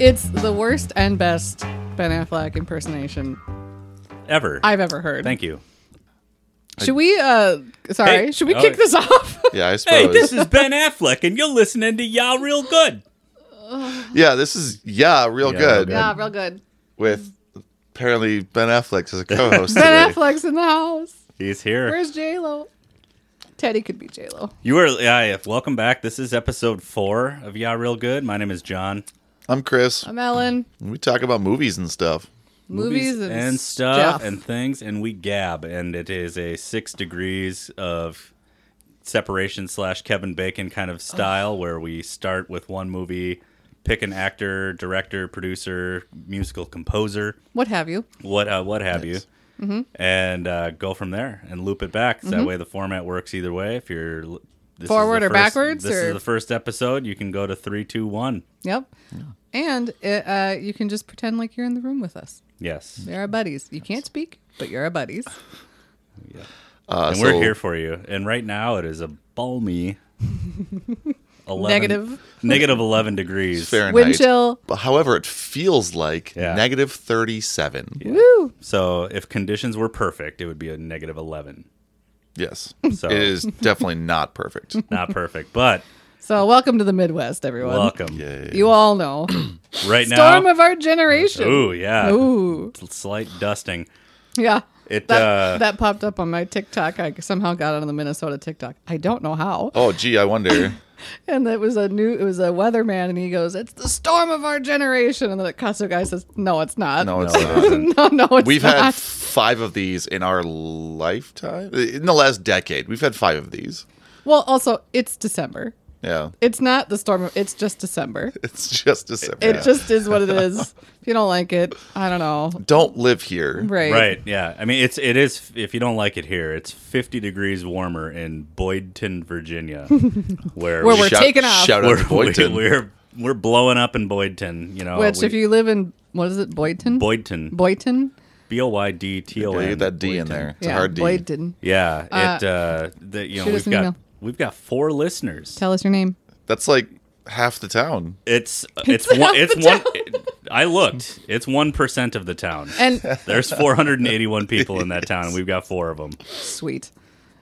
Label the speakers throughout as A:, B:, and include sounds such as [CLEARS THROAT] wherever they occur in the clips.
A: It's the worst and best Ben Affleck impersonation
B: Ever.
A: I've ever heard.
B: Thank you.
A: Should we? uh Sorry,
B: Hey.
A: should we
B: Oh,
A: kick
B: yeah.
A: this
B: [LAUGHS]
A: off?
C: Yeah, I
B: Hey,
C: suppose.
B: this is Ben Affleck, and you're listening to Y'all Real Good.
C: yeah, this is yeah, real
B: Yeah,
C: good.
A: yeah, real good.
C: With apparently Ben Affleck as a co-host
A: Ben
C: today.
A: Affleck's in the house.
B: He's here.
A: Where's J Lo? Teddy could be J Lo.
B: you are, yeah, yeah, welcome back. This is episode four of Y'all Real Good. My name is John.
C: I'm Chris.
A: I'm Ellen.
C: We talk about movies and stuff.
A: Movies, and,
B: stuff
A: Jeff.
B: and things, and we gab, and it is a six degrees of separation slash Kevin Bacon kind of style where we start with one movie, pick an actor, director, producer, musical composer,
A: what have you?
B: what uh, what have you,
A: Mm-hmm.
B: and uh, go from there and loop it back. So That way the format works either way. If you're l- this is
A: Forward
B: the
A: or
B: first-
A: backwards,
B: this
A: or-
B: is the first episode. You can go to three, two, one.
A: Yep. And it, uh, you can just pretend like you're in the room with us.
B: Yes,
A: They're our buddies. You can't speak, but you're our buddies.
C: Uh,
B: and we're
C: so-
B: here for you. And right now it is a
A: [LAUGHS]
B: balmy 11,
A: Negative.
B: negative eleven degrees.
C: Fahrenheit.
A: Wind chill.
C: But however, it feels like
B: Yeah.
C: negative 37.
A: Woo!
B: So if conditions were perfect, it would be a negative eleven.
C: Yes.
B: So-
C: It is definitely
B: [LAUGHS]
C: not perfect.
B: Not
A: [LAUGHS]
B: perfect, but
A: So welcome to the Midwest, everyone.
B: welcome
C: Yay.
A: You all know
B: right
A: storm
B: [CLEARS THROAT] now.
A: of our generation.
B: Ooh, yeah,
A: Ooh.
B: slight dusting.
A: yeah.
B: It
A: That,
B: uh,
A: that popped up on my TikTok. I somehow got it on the Minnesota TikTok. I don't know how.
C: oh, gee, I wonder.
A: And it was a new. It was a weatherman, and he goes, "It's the storm of our generation." And the Costco guy says, "No, it's not. [LAUGHS]
C: No, it's
B: No,
C: not.
B: it isn't.
A: no, no, it's
C: We've
A: not.
C: had five of these in our lifetime. In the last decade, we've had five of these.
A: Well, also, it's December.
C: Yeah.
A: It's not the storm. Of, it's just December.
C: It's just a separate.
A: It just is what it is. if you don't like it, I don't know.
C: Don't live here.
A: Right.
B: right. Yeah, I mean it's it is. If you don't like it here, it's fifty degrees warmer in Boydton, Virginia,
A: [LAUGHS]
B: where
A: Where
B: we-
A: we're taking off.
C: Shout
B: [LAUGHS]
C: out
B: we're,
C: to Boynton.
B: We, are we're blowing up in Boydton. You
C: Oh,
B: know,
A: Which,
B: we-
A: if you live in what is it, Boyton?
B: Boydton,
A: Boyton.
B: B o y d t o
C: Yeah,
B: n.
C: get that D in there. It's a hard D.
A: Boyton.
B: Yeah, it uh, the, you know
A: shoot us
B: we've
A: an
B: got
A: email.
B: we've got four listeners.
A: Tell us your name.
C: That's like half the town.
A: [LAUGHS]
B: it's it's
A: half
B: one it's
A: the
B: one. it- I looked. It's one percent of
A: [LAUGHS]
B: the town.
C: [LAUGHS]
A: And
B: There's 481 people in that town, and we've got four of them.
A: sweet.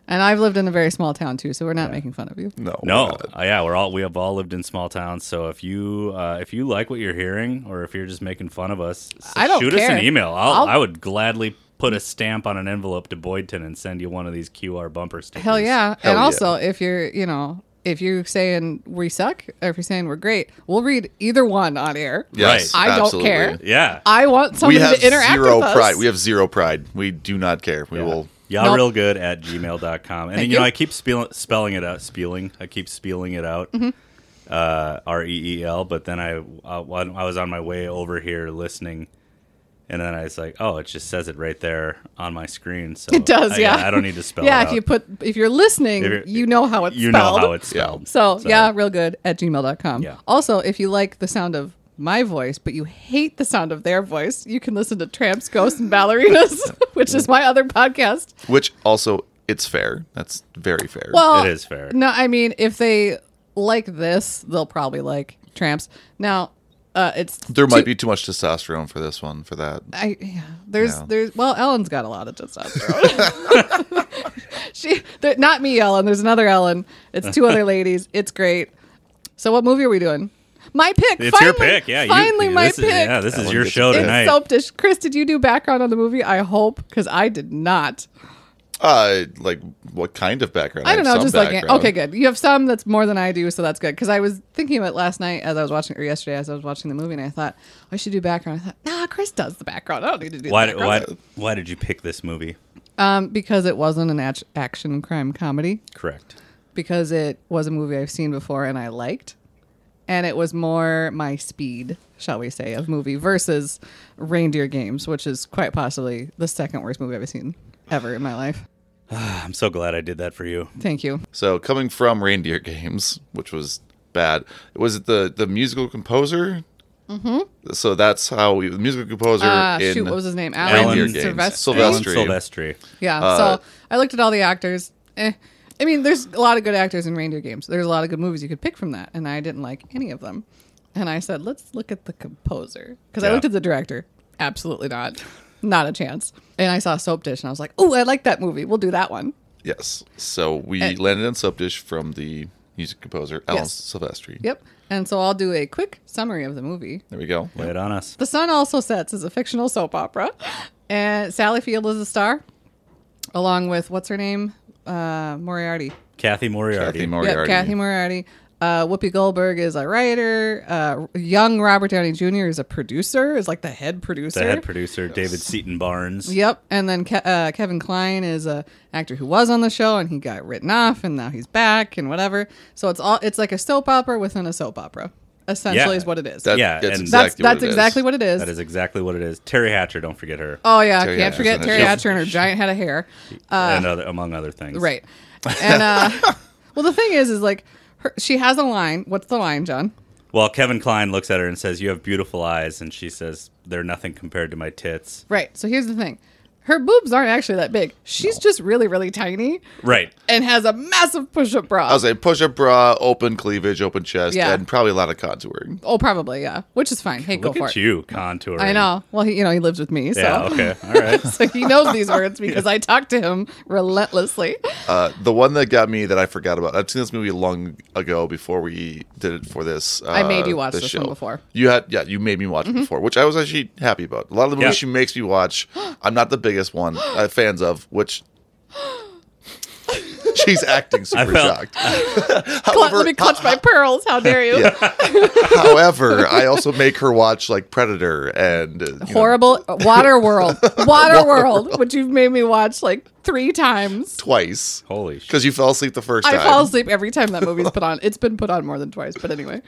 A: And I've lived in a very small town too, so we're not making fun of you.
C: No.
B: No,
C: God.
B: uh, yeah, we're all we have all lived in small towns. So if you uh, if you like what you're hearing, or if you're just making fun of us, s-
A: I don't
B: shoot us
A: care.
B: an email. I'll,
A: I'll-
B: I would gladly put a stamp on an envelope to Boydton and send you one of these QR bumper stickers.
A: Hell yeah.
C: Hell
A: and
C: yeah.
A: also, if you're, you know, if you're saying we suck or if you're saying we're great, we'll read either one on air.
C: Yes,
A: I don't
C: absolutely.
A: care.
B: yeah,
A: I want
C: We
A: somebody
C: have
A: to interact
C: zero
A: with us.
C: pride. We have zero pride. We do not care. We
B: Yeah.
C: will.
B: Y'all
A: Nope.
B: real good at gmail.com. And
A: Thank
B: you, know,
A: you.
B: I keep spell- spelling it out, spelling. I keep spelling it out.
A: Mm-hmm.
B: Uh, R E E L. But then I, uh, when I was on my way over here listening, and then I was like, oh, it just says it right there on my screen. So
A: It does,
B: I-
A: yeah.
B: I don't need to
A: [LAUGHS]
B: spell
A: yeah,
B: it
A: if you put, if you're listening,
B: If you're-
A: you know how it's
B: you
A: spelled.
B: know how it's
C: Yeah.
B: spelled.
A: So, yeah, real good at gmail.com.
B: Yeah.
A: Also, if you like the sound of my voice, but you hate the sound of their voice, you can listen to Tramps, Ghosts, and Ballerinas, [LAUGHS] which is my other podcast.
C: Which also, it's fair. That's very fair.
A: Well,
B: It is fair.
A: No, I mean, if they like this, they'll probably like Tramps. Now, uh, it's
C: there
A: too-
C: might be too much testosterone for this one. For that,
A: I yeah, there's
C: Yeah.
A: there's well, Ellen's got a lot of testosterone. [LAUGHS] she there, not me, Ellen. There's another Ellen. It's two other ladies. It's great. So what movie are we doing? My pick.
B: It's your
A: finally.
B: pick. Yeah. you-
A: finally my
B: this
A: pick.
B: Is, yeah, this is
C: Ellen
B: your
C: gets
B: show
C: a pick.
B: tonight.
A: it's soap dish. Chris, did you do background on the movie? I hope because I did not.
C: uh, like what kind of background?
A: I don't know,
C: have
A: just
C: some
A: like
C: background.
A: okay, good. You have some that's more than I do, so that's good. Because I was thinking about it last night as I was watching, or yesterday as I was watching the movie, and I thought I should do background. I thought, nah, Chris does the background. I don't need to do
B: why,
A: the
B: did-
A: background.
B: why, why did you pick this movie?
A: Um, because it wasn't an act- action crime comedy.
B: Correct.
A: Because it was a movie I've seen before and I liked, and it was more my speed, shall we say, of movie versus Reindeer Games, which is quite possibly the second worst movie I've ever seen ever in my life.
B: I'm so glad I did that for you.
A: Thank you.
C: So coming from Reindeer Games, which was bad, was it the the musical composer? Mm-hmm. So that's how we, the musical composer
A: Uh,
C: in
A: shoot, what was his name?
C: Reindeer
A: Alan
C: Games.
A: Silvestri.
B: Alan
C: Silvestri.
B: Silvestri.
A: Yeah. so I looked at all the actors. Eh. I mean, there's a lot of good actors in reindeer games. There's a lot of good movies you could pick from that, and I didn't like any of them. and I said, "Let's look at the composer," because I
B: Yeah.
A: looked at the director. Absolutely not, not a chance. And I saw Soap Dish, and I was like, "Oh, I like that movie. We'll do that one."
C: Yes. So we
A: And-
C: landed on Subdish from the music composer Alan
A: Eh. Yes.
C: Silvestri.
A: Yep. And so I'll do a quick summary of the movie.
C: There we go.
B: Lay it on us.
A: The Sun also sets is a fictional soap opera, and Sally Field is a star, along with what's her name, uh, Moriarty.
B: Kathy Moriarty.
C: Kathy
A: Yep,
C: Moriarty.
A: Kathy Moriarty. Uh, Whoopi Goldberg is a writer. Uh, young Robert Downey Jr. is a producer, is like the head producer.
B: the head producer, David Seaton Barnes.
A: Yep. And then Ke- uh, Kevin Klein is a actor who was on the show and he got written off and now he's back and whatever. So it's all it's like a soap opera within a soap opera. Essentially
B: Yeah.
A: is what it is.
C: That-
B: Yeah,
C: that's
B: and-
A: that's
C: exactly
A: that's
C: what it is.
A: exactly what it is.
B: That is exactly what it is. Terry Hatcher, don't forget her.
A: Oh yeah,
C: Terry
A: can't
C: Hatcher,
A: forget
C: isn't it?
A: Terry
C: Yep.
A: Hatcher and her giant head of hair.
B: and other, among other things.
A: Uh, Right. And uh [LAUGHS] well the thing is is like her, she has a line. What's the line, John?
B: Well, Kevin Klein looks at her and says, You have beautiful eyes. And she says, They're nothing compared to my tits.
A: Right. So here's the thing. Her boobs aren't actually that big. She's just really, really tiny
B: Right.
A: and has a massive push-up bra.
C: I was like push up bra, open cleavage, open chest,
A: Yeah.
C: and probably a lot of contouring.
A: oh, probably yeah. Which is fine. Hey, go
B: Look
A: for
B: at
A: it.
B: you contouring.
A: I know. Well, he, you know, he lives with me, so
B: Yeah, okay. All
A: [LAUGHS]
B: right.
A: so he knows
B: [LAUGHS]
A: these words because I talk to him relentlessly.
C: Uh, the one that got me that I forgot about. I've seen this movie long ago before we did it for this. Uh,
A: I made you watch this one
C: show.
A: before. Mm-hmm.
C: You had yeah, you made me watch it before, which I was actually happy about. A lot of the movies
B: Yeah.
C: she makes
A: [GASPS]
C: me watch, I'm not the biggest one uh, fans of, which. She's acting super
B: felt- [LAUGHS]
C: shocked.
A: Cl-
C: [LAUGHS] however,
A: let me clutch my pearls. How dare you?
C: however, I also make her watch like Predator and uh, you know,
A: Horrible Water
B: [LAUGHS]
A: World. Water World, which you've made me watch like three times.
C: twice
B: Holy shit.
C: because you fell asleep the first
A: I
C: time.
A: fall asleep every time that movie's put on. It's been put on more than twice, but anyway.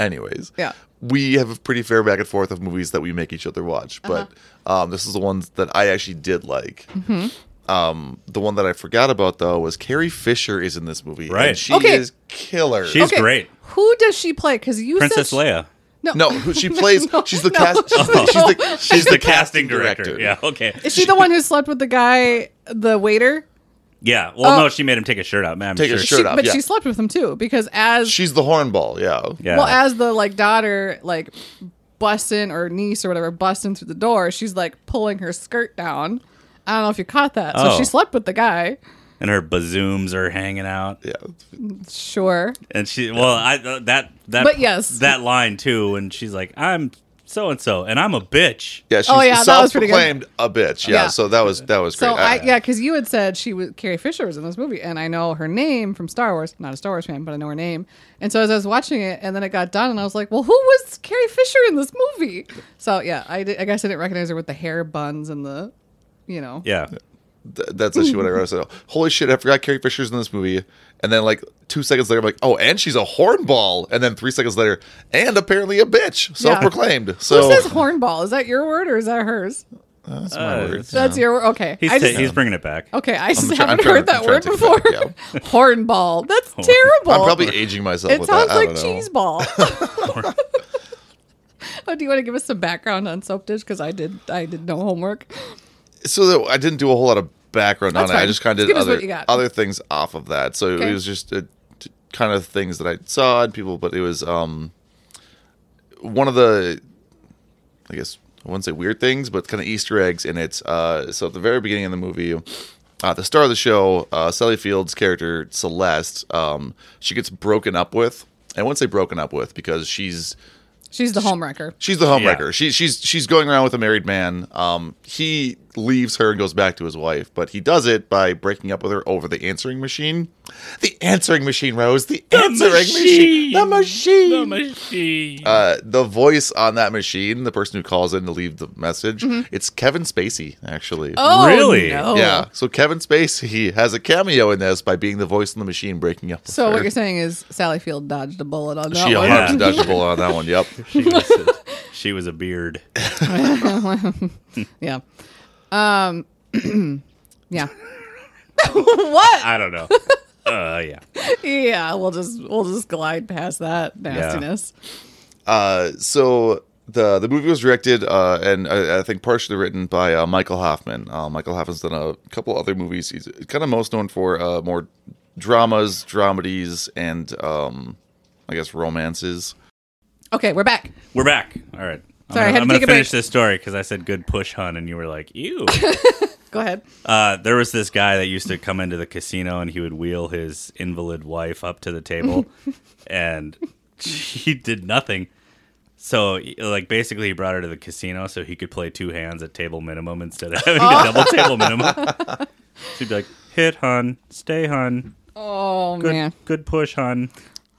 C: Anyways,
A: Yeah.
C: we have a pretty fair back and forth of movies that we make each other watch,
A: Uh-huh.
C: but um, this is the ones that I actually did like.
A: Mm-hmm.
C: Um, the one that I forgot about though was Carrie Fisher is in this movie,
B: Right.
C: And she
A: Okay.
C: is killer.
B: She's- It's great.
A: Who does she play? Because you
B: Princess
A: said
B: Leia.
A: No,
C: no, who she
A: [LAUGHS]
C: plays?
A: No,
C: she's the
A: no,
C: cast. She's the, she's the, she's the
B: Casting director. [LAUGHS] Yeah, okay.
A: Is she the one who slept with the guy, the waiter?
B: Yeah. Well,
A: Oh.
B: no, she made him take his shirt out. Man, I'm
C: Take his
B: sure.
C: shirt
A: She-
C: off,
A: but
C: yeah.
A: she slept with him too, because as
C: She's the hornball. Yeah.
B: Yeah.
A: Well, as the like daughter, like busting or niece or whatever, busting through the door, she's like pulling her skirt down. I don't know if you caught that. So
B: Oh.
A: she slept with the guy.
B: and her bazooms are hanging out.
C: Yeah.
A: Sure.
B: And she, well, I uh, that that
A: But yes.
B: that line too. And she's like, "I'm so and so, and I'm a bitch."
C: Yeah, she's
A: Oh, yeah, that was pretty good.
C: self-proclaimed a bitch. Yeah,
A: Yeah.
C: so that was that was great.
A: So I, yeah, because you had said she was Carrie Fisher was in this movie, and I know her name from Star Wars. Not a Star Wars fan, but I know her name. And so as I was watching it, and then it got done, and I was like, "Well, who was Carrie Fisher in this movie?" So yeah, I, did, I guess I didn't recognize her with the hair buns and the, you know,
B: Yeah.
C: Th- that's actually what I wrote. I said, "Holy shit, I forgot Carrie Fisher's in this movie." And then like two seconds later, I'm like, "Oh, and she's a hornball." And then three seconds later, and apparently a bitch, self-proclaimed. So
A: Who says hornball? Is that your word or is that hers?
C: that's my
B: Uh,
C: word.
B: it's-
A: That's your word. Okay,
B: He's
A: I
B: ta-
A: just- Oh,
B: he's bringing it back.
A: Okay, I just
C: try- I'm
A: haven't
C: trying-
A: heard that
C: I'm
A: word
C: trying to
A: before.
C: take it
A: [LAUGHS] Hornball.
C: [LAUGHS]
A: That's terrible.
C: I'm probably aging myself.
A: it
C: with
A: sounds
C: that. I
A: like
C: don't know.
A: cheese
C: [LAUGHS]
A: ball. oh, do you want to give us some background on soap dish? Because I did. I did no homework.
C: so that I didn't do a whole lot of background
A: That's
C: on it. I
A: fine.
C: just kind
A: Just
C: of did
A: give us what you
C: other
A: got.
C: other things off of that. So
A: Okay.
C: it was just uh t kind of things that I saw and people, but it was um one of the I guess I wouldn't say weird things, but kind of Easter eggs in it. Uh, so at the very beginning of the movie. Uh, the star of the show, uh, Sally Field's character Celeste, um, she gets broken up with. I wouldn't say broken up with because she's
A: She's the homewrecker.
C: She's the homewrecker.
B: Yeah.
C: She, she's she's going around with a married man. Um, he leaves her and goes back to his wife, but he does it by breaking up with her over the answering machine. The answering machine, Rose. The, answering machine. The machine.
B: The machine.
C: [LAUGHS] uh, the voice on that machine, the person who calls in to leave the message, it's Kevin Spacey, actually.
A: Oh,
B: Really?
A: No.
C: Yeah. So Kevin Spacey has a cameo in this by being the voice in the machine breaking up. with
A: So
C: her.
A: what you're saying is Sally Field dodged a bullet on that
C: she
A: one.
B: Yeah.
C: 100 dodged a bullet on that one. Yep.
B: she, was a, she was a beard.
A: [LAUGHS] Yeah. Um. [CLEARS THROAT]
C: [LAUGHS]
A: yeah. what?
B: I don't [LAUGHS] know. Uh, yeah.
A: Yeah, we'll just we'll just glide past that nastiness.
C: Uh, so the the movie was directed uh, and I, I think partially written by uh, Michael Hoffman. Uh, Michael Hoffman's done a couple other movies. He's kind of most known for uh, more dramas, dramedies, and um, I guess romances.
A: Okay, we're back.
B: We're back. All right.
A: Sorry, I
B: I'm
A: had
B: gonna,
A: to
B: I'm gonna
A: take a break.
B: finish this story because I said good push, hun, and you were like, ew.
A: Go ahead.
B: Uh, there was this guy that used to come into the casino and he would wheel his invalid wife up to the table and she did nothing. So, like, basically, he brought her to the casino so he could play two hands at table minimum instead of having a double table minimum. She'd be like, hit, hun, stay, hun,
A: Oh
B: good,
A: man.
B: good push, hun.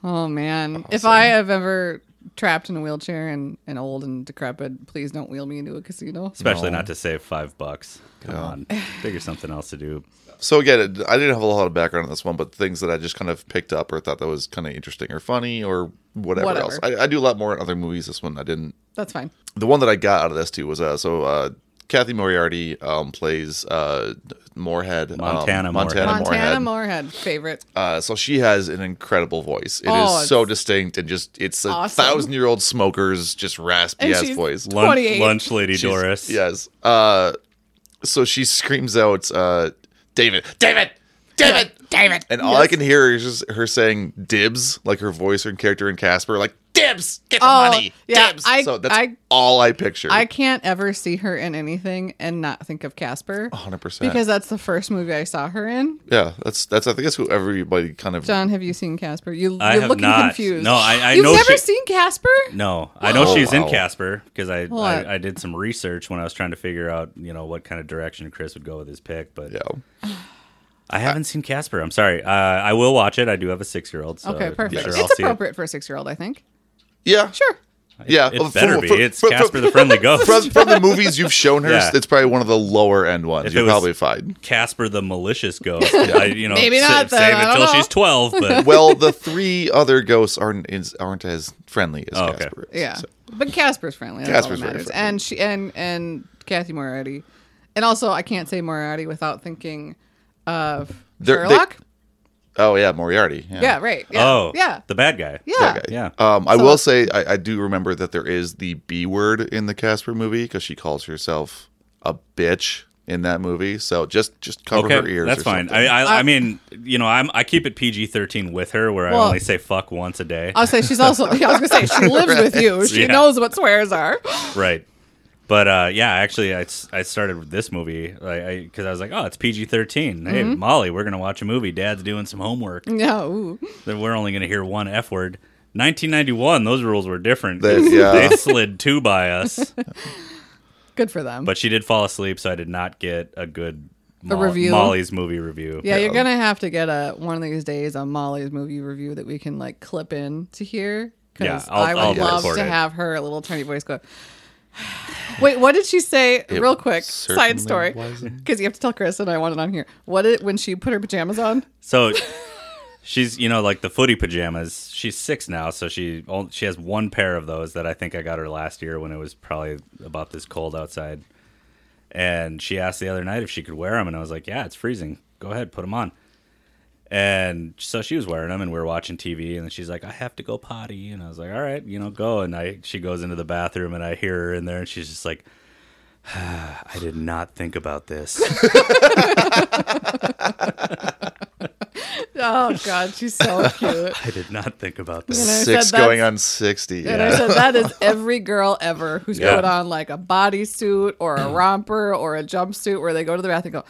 A: Oh man. If I have ever trapped in a wheelchair and, and old and decrepit, please don't wheel me into a casino.
B: Especially
C: No.
B: not to save five bucks. Come on, figure something else to
C: [LAUGHS]
B: do.
C: So again, it- I didn't have a lot of background on this one, but things that I just kind of picked up or thought that was kind of interesting or funny or whatever,
A: Whatever.
C: else. I, I do a lot more in other movies. This one I didn't.
A: That's fine.
C: The one that I got out of this too was uh, so uh, Kathy Moriarty um, plays uh, Moorhead, um,
B: Montana
C: Montana
B: Moorhead. Oh.
A: Montana
C: Moorhead.
A: Moorhead, favorite.
C: Uh, so she has an incredible voice. It is
A: Oh,
C: so
A: it's
C: distinct and just it's a
A: awesome.
C: thousand year old smokers just raspy
A: And
C: ass
A: she's
C: voice.
B: Lunch,
A: 28.
B: lunch Lady
C: She's-
B: Doris.
C: Yes. Uh, so she screams out, uh, David, David, David, David. And all I can hear is just her saying dibs, like her voice and character in Casper, like dibs, get the
A: Oh,
C: money,
A: yeah,
C: dibs.
A: I-
C: so that's
A: I-
C: all I picture.
A: I can't ever see her in anything and not think of Casper.
C: 100%.
A: Because that's the first movie I saw her in.
C: yeah, that's, that's, I think that's who everybody kind of,
A: John, have you seen Casper? You,
B: I
A: you're
B: have
A: looking
B: not.
A: confused.
B: No, I- I
A: You've
B: know
A: never
B: she-
A: seen Casper?
B: No, I know
C: Oh,
B: she's in
C: wow.
B: Casper because I,
A: What?
B: I I did some research when I was trying to figure out you know what kind of direction Chris would go with his pick, but
C: yeah.
B: I haven't seen Casper. I'm sorry. Uh, I will watch it. I do have a six year old. So
A: Okay,
B: I'm
A: perfect.
B: sure I'll
A: It's
B: see it.
A: appropriate for a six year old, I think.
C: Yeah.
A: Sure.
C: Yeah.
B: It
C: Well,
B: better
C: for-
B: be.
C: for-
B: it's
C: [LAUGHS] for- for-
B: Casper the Friendly Ghost. [LAUGHS]
C: From, from the movies you've shown her,
B: Yeah.
C: it's probably one of the lower end ones.
B: If it
C: You're
B: was-
C: probably fine.
B: Casper the malicious ghost. I, you know,
A: Maybe
B: sa-
A: not, then.
B: save
A: I
B: it
A: don't
B: till
A: know.
B: she's twelve.
C: [LAUGHS]
B: But
C: Well, the three other ghosts aren't is, aren't as friendly as
B: Oh, okay.
C: Casper. Is,
A: Yeah,
C: so.
A: but Casper's friendly. That's
C: Casper's
A: all that
C: very
A: matters.
C: friendly.
A: And she and and Kathy Moriarty, and also I can't say Moriarty without thinking of
C: They're- they-
A: Sherlock.
C: Oh yeah, Moriarty. Yeah.
A: yeah, right. Yeah,
B: oh,
A: yeah,
B: the bad guy.
A: yeah.
C: Okay.
B: Yeah.
C: Um, I
A: So-
C: will say I, I do remember that there is the B word in the Casper movie because she calls herself a bitch in that movie. So just just cover her
B: Okay,
C: ears.
B: that's
C: or
B: fine.
C: something.
B: I, I,
A: I-
B: I mean, you know, I'm I keep it PG thirteen with her, where
A: Uh, Well-
B: I only say fuck once a day.
A: I'll say she's also. [LAUGHS] yeah, I was gonna say
C: [LAUGHS]
A: she lives with you. She
B: Yeah.
A: knows what swears are. [LAUGHS]
B: Right. But uh, yeah, actually, I, s- I started with this movie because I, 'cause I was like, oh, it's PG 13. Hey,
A: Mm-hmm.
B: Molly, we're going to watch a movie. Dad's doing some homework.
A: Yeah. Ooh.
B: then we're only going to hear one F word. 1991, those rules were different.
C: They-
B: 'cause
C: yeah.
B: they [LAUGHS] slid two by us.
A: Good for them.
B: But she did fall asleep, so I did not get a good
A: A
B: Mo-
A: review?
B: Molly's movie review.
A: yeah, you're gonna have to get a one of these days a Molly's movie review that we can like clip in to hear.
B: Yeah,
A: Because
B: I'll-
A: I would
B: I'll
A: love
B: record
A: to
B: it.
A: have her little tiny voice go. [SIGHS] Wait, what did she say?
C: It
A: Real quick,
C: certainly
A: side story.
C: wasn't.
A: Because you have to tell Chris, and I want it on here. What did when she put her pajamas on? [LAUGHS]
B: So she's, you know, like the footy pajamas. She's six now, so she on- she has one pair of those that I think I got her last year when it was probably about this cold outside. And she asked the other night if she could wear them, and I was like, "Yeah, it's freezing. Go ahead, put them on." And so she was wearing them, and we were watching TV, and then she's like, "I have to go potty," and I was like, "All right, you know, go." And I she goes into the bathroom, and I hear her in there, and she's just like. [SIGHS] I did not think
A: [LAUGHS]
B: about this.
A: Oh God, she's so [LAUGHS] cute.
B: I did not think about
A: And
B: this.
A: I
C: Six
A: said that's-
C: going on sixty.
A: And
C: yeah.
A: I said that is every girl ever who's
B: Yeah.
A: put on like a bodysuit or a romper or a jumpsuit where they go to the bath and go,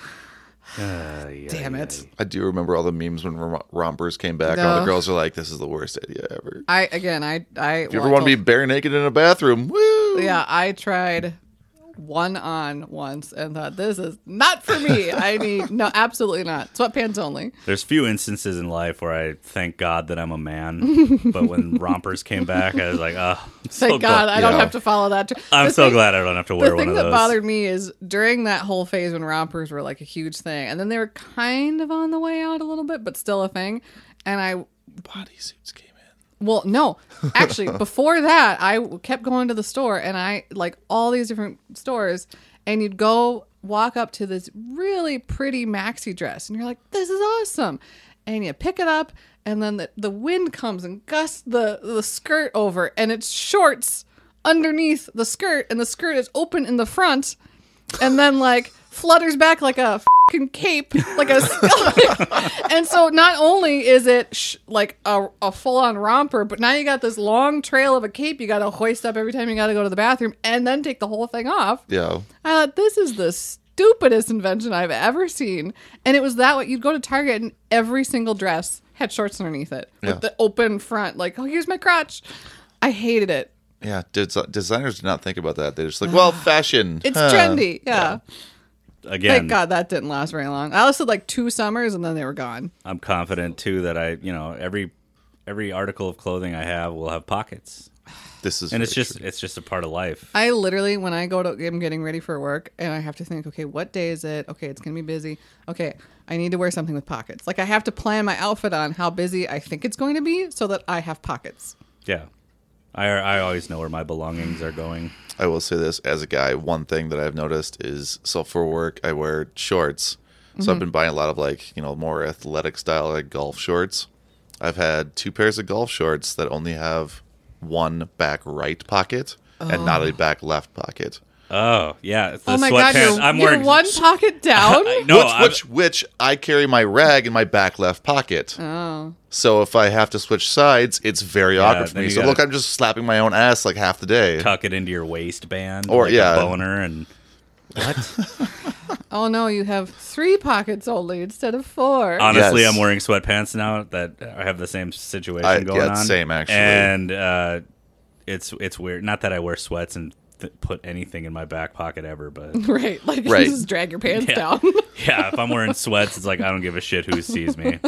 A: "Damn it!"
C: I do remember all the memes when rom- rompers came back. and All the
A: No.
C: girls are like, "This is the worst idea ever."
A: I again, I I.
C: If you ever want to be bare naked in a bathroom, woo!
A: Yeah, I tried one on once and thought this is not for me.
B: [LAUGHS]
A: I need no, absolutely not. Sweatpants only.
B: There's few instances in life where I thank God that I'm
A: [LAUGHS]
B: a man, but when rompers came back, I was like, oh, I'm so
A: Thank God
B: glad.
A: I don't
C: yeah.
A: have to follow that. tr-
B: I'm
A: The
B: so
A: thing-
B: glad I don't have to wear
A: The
B: one
A: thing
B: of
A: that
B: those.
A: bothered me is during that whole phase when rompers were like a huge thing, and then they were kind of on the way out a little bit, but still a thing. And I
C: Bodysuits came in.
A: Well, no, actually, before that, I w- kept going to the store and I like all these different stores, and you'd go walk up to this really pretty maxi dress, and you're like, "This is awesome," and you pick it up, and then the, the wind comes and gusts the the skirt over, and it's shorts underneath the skirt, and the skirt is open in the front, and then like flutters back like a fucking cape like a
C: [LAUGHS]
A: skeleton. and so not only is it sh- like a, a full-on romper but now you got this long trail of a cape you gotta hoist up every time you gotta go to the bathroom and then take the whole thing off
C: Yeah.
A: i thought this is the stupidest invention i've ever seen and it was that way you'd go to target and every single dress had shorts underneath it
C: Yeah.
A: with the open front like oh here's my crotch i hated it
C: Yeah. Des- designers did not think about that. They're just like, well, fashion.
A: it's
C: huh.
A: trendy yeah.
B: Again,
A: Thank God that didn't last very long. I lasted like two summers and then they were gone.
B: I'm confident too that I, you know, every every article of clothing I have will have pockets,
C: This is
B: and it's
C: very
B: just
C: true.
B: it's just a part of life.
A: I literally, when I go to, I'm getting ready for work and I have to think, okay, what day is it? Okay, it's going to be busy. Okay, I need to wear something with pockets. Like I have to plan my outfit on how busy I think it's going to be so that I have pockets.
B: Yeah, I I always know where my belongings are going.
C: I will say this as a guy, one thing that I've noticed is so for work I wear shorts. So
A: Mm-hmm.
C: I've been buying a lot of like, you know, more athletic style like golf shorts. I've had two pairs of golf shorts that only have one back right pocket and not a back left pocket.
B: Oh yeah, it's the
A: oh my God,
B: sweatpants.
A: you're,
B: I'm
A: you're
B: wearing
A: one
B: [LAUGHS]
A: pocket down? [LAUGHS]
B: No,
C: which,
B: I've-
C: which which I carry my rag in my back left pocket.
A: oh.
C: So if I have to switch sides, it's very awkward for
B: then
C: me.
B: you
C: So
B: gotta-
C: look, I'm just slapping my own ass like half
A: [LAUGHS]
C: the day.
B: tuck it into your waistband
C: Or,
B: like a
C: yeah.
B: boner
C: [LAUGHS]
B: and what?
A: oh no, you have three pockets only instead of four.
B: Honestly,
C: Yes.
B: I'm wearing sweatpants now that I have the same situation
C: I-
B: going
C: yeah,
B: on.
C: same, actually.
B: and uh, it's it's weird. Not that I wear sweats and th- put anything in my back pocket ever,
A: [LAUGHS]
B: but [LAUGHS]
A: right. Like
C: Right.
A: you just drag your pants
B: Yeah.
A: down. [LAUGHS]
B: yeah, if I'm wearing sweats, it's like I don't give a shit who sees
C: [LAUGHS]
B: me.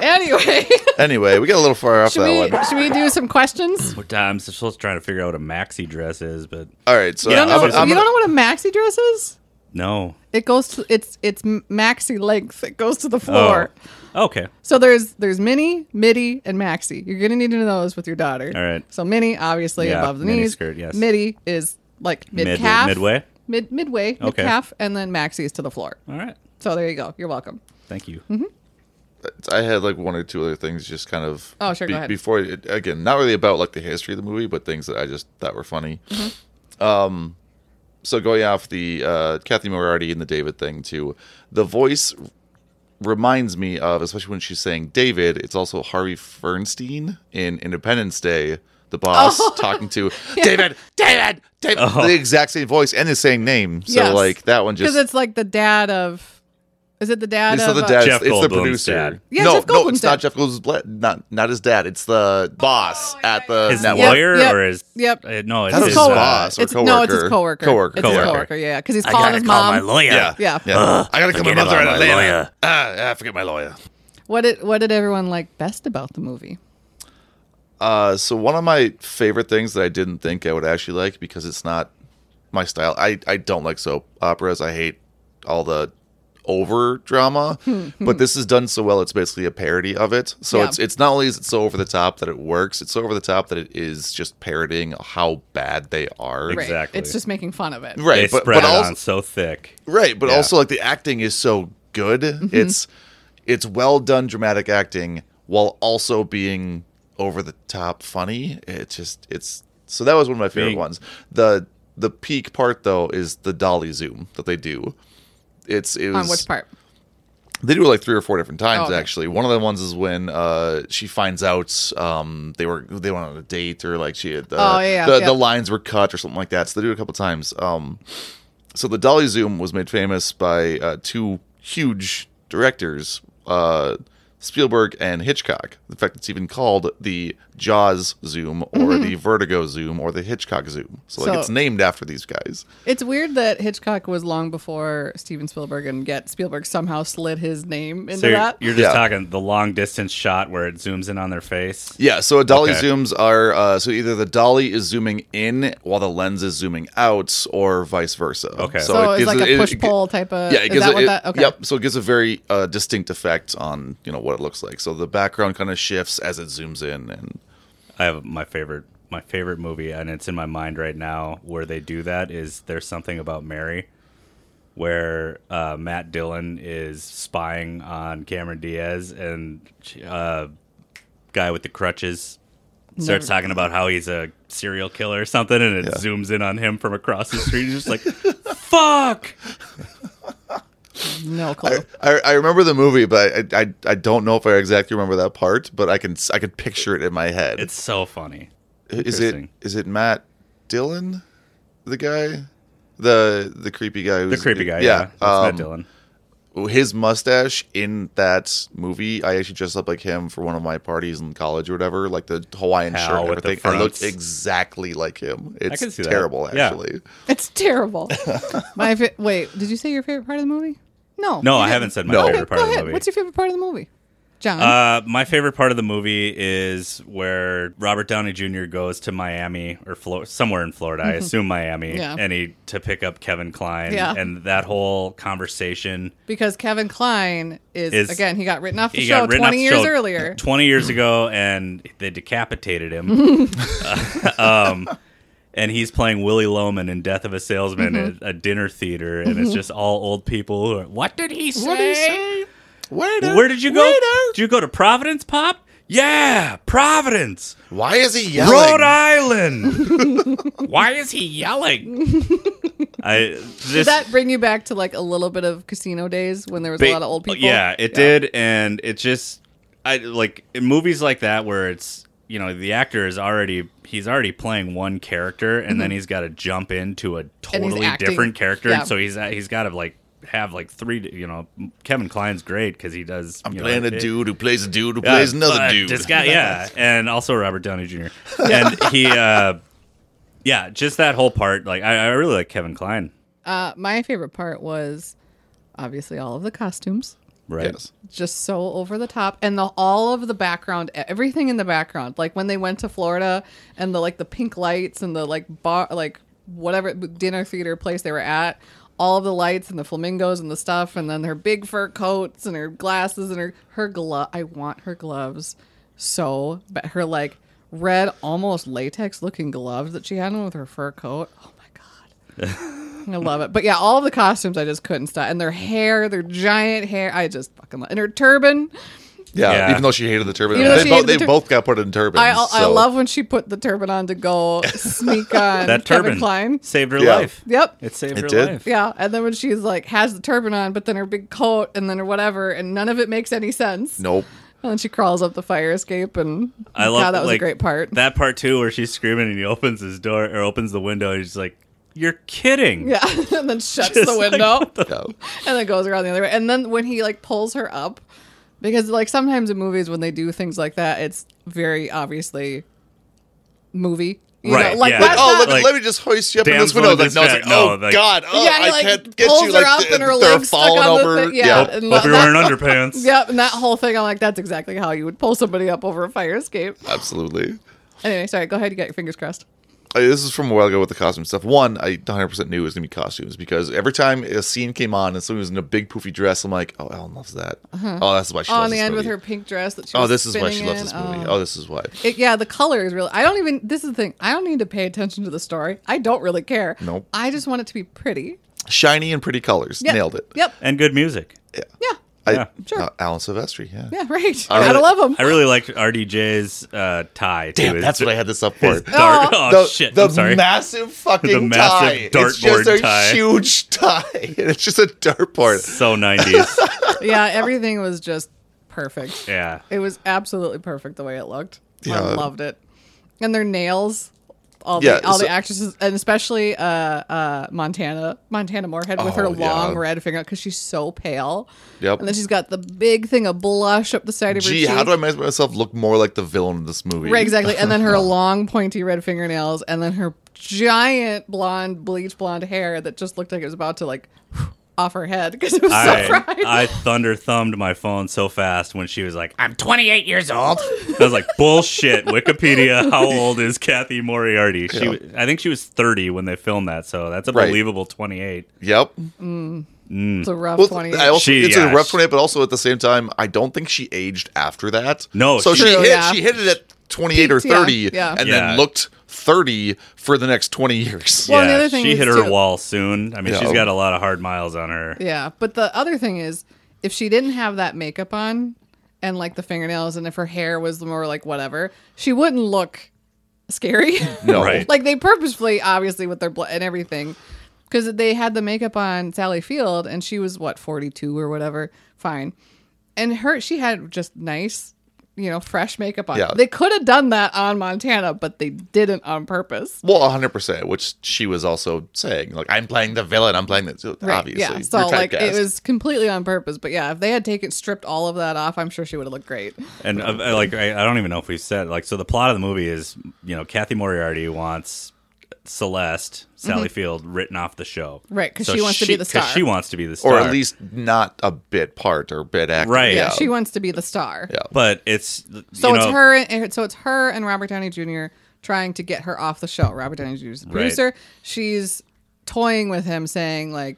A: anyway, [LAUGHS]
C: Anyway, we got a little far off
A: should
C: that
A: we,
C: one.
A: should we do some questions?
B: What time? uh, I'm still trying to figure out what a maxi dress is, but
C: All right, so
B: You
A: Oh, You don't know-
B: I'm- I'm
A: you don't know what a maxi dress is?
B: no.
A: It goes to it's it's maxi length. It goes to the floor.
B: Oh. Okay.
A: So there's there's mini, midi, and maxi. You're gonna need to know those with your daughter.
B: All right.
A: So mini, obviously
B: Yeah,
A: above the
B: mini
A: knees.
B: skirt, yes.
A: Midi is like
B: Mid-
A: mid calf.
B: midway?
A: Mid midway. Mid calf, and then maxi is to the floor.
B: All right.
A: So there you go. You're welcome.
B: Thank you.
A: Mm-hmm.
C: I had like one or two other things just kind of.
A: Oh, sure, go ahead.
C: Before it, again, not really about like the history of the movie, but things that I just thought were funny. Um,
A: Mm-hmm.
C: so going off the uh, Kathy Moriarty and the David thing too, the voice reminds me of, especially when she's saying David. It's also Harvey Fernstein in Independence Day. The boss
A: Oh. [LAUGHS]
C: talking to David, David, David, the exact same voice and the same name. So
A: Yes.
C: like that one just
A: Because it's like the dad of is it the dad
C: it's
A: of
C: not the
A: uh,
C: dad.
B: Jeff
C: it's the
B: Goldblum's
C: producer.
B: dad.
A: Yeah,
C: no,
A: Jeff
C: no,
A: Goldblum's
C: it's not
A: dad. Oh,
C: Jeff Goldblum's ble- not not his dad. It's the boss at the
B: His
C: network.
B: lawyer
A: Yep,
B: or his
A: yep.
B: uh, no, it's
C: That's
B: his
C: his
A: coworker.
C: boss or
A: it's, No, it's his
C: coworker.
A: coworker.
C: Coworker,
A: It's his
C: yeah.
A: coworker, yeah. Because he's calling his mom.
B: lawyer.
C: Yeah,
A: Yeah.
C: yeah. I gotta come
B: forget
C: in
B: about
C: right
B: my
C: later.
B: lawyer.
C: Ah, ah, forget my lawyer.
A: What did what did everyone like best about the movie?
C: Uh, so one of my favorite things that I didn't think I would actually like because it's not my style. I, I don't like soap operas. I hate all the over
A: [LAUGHS]
C: drama, but this is done so well. It's basically a parody of it. So
A: Hmm, Yeah.
C: it's it's not only is it so over the top that it works. It's so over the top that it is just parodying how bad they are.
A: Right.
B: Exactly.
A: It's just making fun of it.
C: Right,
B: They
C: but-
B: spread
C: but
B: it
C: also-
B: on so thick.
C: Right, but
B: Yeah.
C: also like the acting is so good.
A: Mm-hmm.
C: It's it's well done dramatic acting while also being over the top funny. It just it's so that was one of my favorite
B: Being-
C: ones. The the peak part though is the dolly zoom that they do. It's it was
A: On which part?
C: they do it like three or four different times
A: Oh, okay.
C: actually. One of the ones is when uh, she finds out um, they were they went on a date or like she had the,
A: Oh, yeah,
C: the,
A: yeah.
C: the lines were cut or something like that. So they do it a couple times. Um, so the dolly zoom was made famous by uh, two huge directors, uh, Spielberg and Hitchcock. In fact, it's even called the Jaws zoom or the Vertigo zoom or the Hitchcock zoom. So like
A: Mm-hmm. So-
C: it's named after these guys.
A: It's weird that Hitchcock was long before Steven Spielberg, and yet Spielberg somehow slid his name into
B: So you're,
A: that.
B: you're just
C: Yeah.
B: talking the long distance shot where it zooms in on their face.
C: Yeah, so a dolly
B: Okay.
C: zooms are uh, so either the dolly is zooming in while the lens is zooming out, or vice versa.
B: Okay.
A: so it's like a push pull type of.
C: Yeah, it
A: is
C: gives
A: that
C: a,
A: what
C: it-
A: that? Okay.
C: Yep. So it gives a very uh, distinct effect on you know what it looks like. So the background kind of shifts as it zooms in, and
B: I have my favorite my favorite movie and it's in my mind right now where they do that is there's something about Mary where uh, Matt Dillon is spying on Cameron Diaz and uh, guy with the crutches starts talking about how he's a serial killer or something, and it zooms in on him from across the street. He's just like, "Fuck!"
A: No
B: [LAUGHS]
A: clue.
C: I, I remember the movie, but I, I I don't know if I exactly remember that part, but I can I could picture it in my head.
B: It's so funny.
C: is it
B: interesting.
C: is it Matt Dillon, the guy, the the creepy guy?
B: The
C: Who's,
B: creepy guy, yeah, that's Matt
C: um,
B: Dillon.
C: his mustache in that movie, I actually dressed up like him for one of my parties in college or whatever, like the Hawaiian
B: Hal
C: shirt and
B: with the
C: everything. I looked
B: fronts.
C: exactly like him. It's
B: can see that.
C: terrible,
B: Yeah.
C: actually.
A: It's terrible. my fa- wait, did you say your favorite part of the movie? No.
B: No,
A: you
B: I
A: didn't.
B: haven't said my
C: No.
A: Okay,
B: favorite part
A: go
B: of the
A: ahead.
B: movie.
A: What's your favorite part of the movie, John?
B: Uh, my favorite part of the movie is where Robert Downey Jr. goes to Miami or Flo- somewhere in Florida, I assume Miami,
A: Mm-hmm. Yeah.
B: and he to pick up Kevin Klein,
A: Yeah.
B: and that whole conversation.
A: because Kevin Klein is,
B: Is-
A: again, he got written off the
B: He
A: show
B: got written off
A: twenty
B: the
A: years
B: show
A: earlier.
B: twenty years ago, and they
A: [LAUGHS]
B: decapitated him. [LAUGHS] um, and he's playing Willie Loman in Death of a Salesman
A: Mm-hmm.
B: at a dinner theater, and it's just all old people. Who are, what did he say?
C: What do you say? Waiter,
B: Where did you go?
C: waiter.
B: Did you go to Providence, Pop? Yeah, Providence.
C: Why is he yelling?
B: Rhode Island. [LAUGHS] Why is he yelling? I
A: Did
B: this
A: that bring you back to like a little bit of casino days when there was a lot of old people?
B: Yeah, it did, and it just I like in movies like that where it's you know the actor is already he's already playing one character, and then he's got to jump into a
A: Mm-hmm. he's
B: totally
A: acting.
B: different character,
A: Yeah.
B: and so he's he's got to like have like three. di- You know, Kevin Klein's great because he does.
C: I'm
B: you know,
C: playing a
B: it-
C: dude who plays a dude who
B: Yeah,
C: plays another
B: but
C: dude.
B: Uh, This guy,
C: [LAUGHS]
B: yeah, and also Robert Downey Jr. And he, uh, yeah, just that whole part. Like, I, I really like Kevin Klein,
A: Uh, my favorite part was obviously all of the costumes.
B: right?
C: Yes.
A: just so over the top and the all of the background everything in the background like when they went to florida and the like the pink lights and the like bar like whatever dinner theater place they were at all of the lights and the flamingos and the stuff and then her big fur coats and her glasses and her her glove i want her gloves so but her like red almost latex looking gloves that she had on with her fur coat oh my god I love it. But yeah, all of the costumes I just couldn't stop. And their hair, their giant hair, I just fucking love. And her turban.
C: Yeah,
B: Yeah.
C: even though she hated the turban.
A: Even though
C: They,
A: she
C: both,
A: hated the
C: they
A: tur-
C: both got put in turbans.
A: I, I
C: so-
A: love when she put the turban on to
B: [LAUGHS]
A: go sneak on
B: That
A: Kevin
B: turban
A: Klein.
B: saved her
C: Yeah.
B: life.
A: Yep.
B: It saved
C: It
B: her
C: did.
B: life.
A: yeah, and then when she's like has the turban on, but then her big coat, and then her whatever, and none of it makes any sense.
C: Nope.
A: And then she crawls up the fire escape, and
B: I love
A: God, that was
B: like,
A: a great part.
B: That part too, where she's screaming and he opens his door or opens the window. And he's like, "You're
A: [LAUGHS]
B: kidding."
A: yeah, [LAUGHS] and then shuts
B: Just
A: the
B: like,
A: window.
C: No.
A: and then goes around the other way. And then when he like pulls her up, because like sometimes in movies when they do things like that, it's very obviously movie, you know?
B: Right,
A: Like
B: yeah.
A: that's
B: Like,
C: Oh,
A: not-
C: let, me
B: Like,
C: let me just hoist you up in this
B: damsel
C: window.
B: in
C: Like, no, it's like,
B: distress. No,
C: oh,
B: like-
C: God. Oh,
A: Yeah, he,
C: I
A: like,
C: can't get
A: pulls
C: you.
A: her
C: Like,
A: up
C: the-
A: and her
C: they're
A: legs stuck
C: falling
A: on the
C: over.
A: thing. Yeah.
B: Hope,
A: And
B: hope you're
A: that- [LAUGHS]
B: wearing
A: [LAUGHS]
B: underpants.
A: Yep, and that whole thing, I'm like, that's exactly how you would pull somebody up over a fire escape.
C: absolutely.
A: Anyway, sorry, go ahead, you got your fingers crossed.
C: I- this is from a while ago with the costume stuff. One, I 100% knew it was going to be costumes because every time a scene came on and someone was in a big poofy dress, I'm like, oh, Ellen loves that. Oh, that's why she
A: Oh,
C: loves
A: in the
C: this
A: end
C: movie.
A: with her pink dress that she
C: Oh,
A: was
C: this is why she
A: spinning
C: loves
A: in.
C: this movie.
A: Oh.
C: Oh, this is why.
A: It, yeah, the color is really. I don't even. This is the thing. I don't need to pay attention to the story. I don't really care.
C: Nope.
A: I just want it to be pretty.
C: Shiny and pretty colors.
A: Yep.
C: Nailed it.
A: Yep.
B: And good music.
A: Yeah.
C: I,
B: Yeah.
A: Sure.
C: uh, Alan Silvestri, yeah.
A: Yeah, right.
C: I
A: I gotta
C: really-
A: love him.
B: I really liked RDJ's uh, tie. too.
C: Damn,
B: His-
C: that's what I had this up for.
B: his dart-
A: [LAUGHS] Oh.
B: [LAUGHS] Oh,
C: the,
B: shit!
C: the
B: I'm sorry.
C: massive fucking
B: [LAUGHS] The massive
C: tie. It's just
B: dartboard
C: a
B: tie.
C: huge tie. [LAUGHS] And it's just a dartboard.
B: so 90s.
A: yeah, everything was just perfect.
B: [LAUGHS] Yeah.
A: It was absolutely perfect the way it looked.
C: Yeah.
A: I loved it. And their nails, all
C: Yeah,
A: the all
C: so-
A: the actresses, and especially uh, uh, Montana Montana Moorhead with her
C: Oh, yeah.
A: long red finger because she's so pale.
C: Yep.
A: And then she's got the big thing of blush up the side of her
C: Gee,
A: cheek.
C: how do I make myself look more like the villain in this movie?
A: Right, exactly. And then
C: [LAUGHS]
A: her long, pointy red fingernails, and then her giant blonde, bleach blonde hair that just looked like it was about to like off her head because it was
C: [LAUGHS]
A: so [LAUGHS]
B: I,
A: fried.
B: I thunder thumbed my phone so fast when she was like, I'm 28 years old. I was like,
C: [LAUGHS]
B: bullshit. Wikipedia, how old is Kathy Moriarty? She,
C: Yeah.
B: I think she was 30 when they filmed that, so that's a
C: Right.
B: believable 28.
C: Yep.
A: it's a rough
C: Well,
A: twenty.
C: I also,
B: She-
C: it's
B: yeah,
C: a rough
B: she-
C: 28, but also at the same time, I don't think she aged after that.
B: No,
C: so she,
B: she-
A: True,
C: hit,
A: yeah.
C: she hit it at 28 or
A: Peaked, yeah,
C: 30
A: yeah.
C: and
B: Yeah.
C: then looked 30 for the next 20 years.
A: Well, and the other thing
B: she
A: is,
B: hit her
A: too-
B: wall soon. I mean,
C: Yeah.
B: she's got a lot of hard miles on her.
A: Yeah, but the other thing is, if she didn't have that makeup on and like the fingernails, and if her hair was more like whatever, she wouldn't look scary.
C: No.
B: Right.
A: like they purposefully, obviously, with their blood and everything, because they had the makeup on Sally Field, and she was what forty two or whatever. Fine, and her she had just nice, you know, fresh makeup on.
C: Yeah.
A: They could have done that on Montana, but they didn't on purpose.
C: Well, 100%, which she was also saying, like, I'm playing the villain, I'm playing this. Obviously.
A: Yeah. So
C: you're
A: like it
C: typecast.
A: was completely on purpose. But yeah, if they had taken stripped all of that off, I'm sure she would have looked great.
B: And uh, uh, like, I, I don't even know if we said like. So the plot of the movie is, you know, Kathy Moriarty wants Celeste Sally Field written off the show,
A: Mm-hmm. Right, 'cause
B: So
A: she wants to be the
B: 'cause
A: star.
B: She wants to be the star,
C: or at least not a bit part or bit actor.
B: Right.
A: Yeah.
B: Yeah.
A: She wants to be the star.
C: Yeah.
B: But it's
A: So
B: you
A: it's
B: know,
A: her and so it's her and Robert Downey Jr. trying to get her off the show. Robert Downey Jr. is the
B: Right.
A: producer. She's toying with him saying like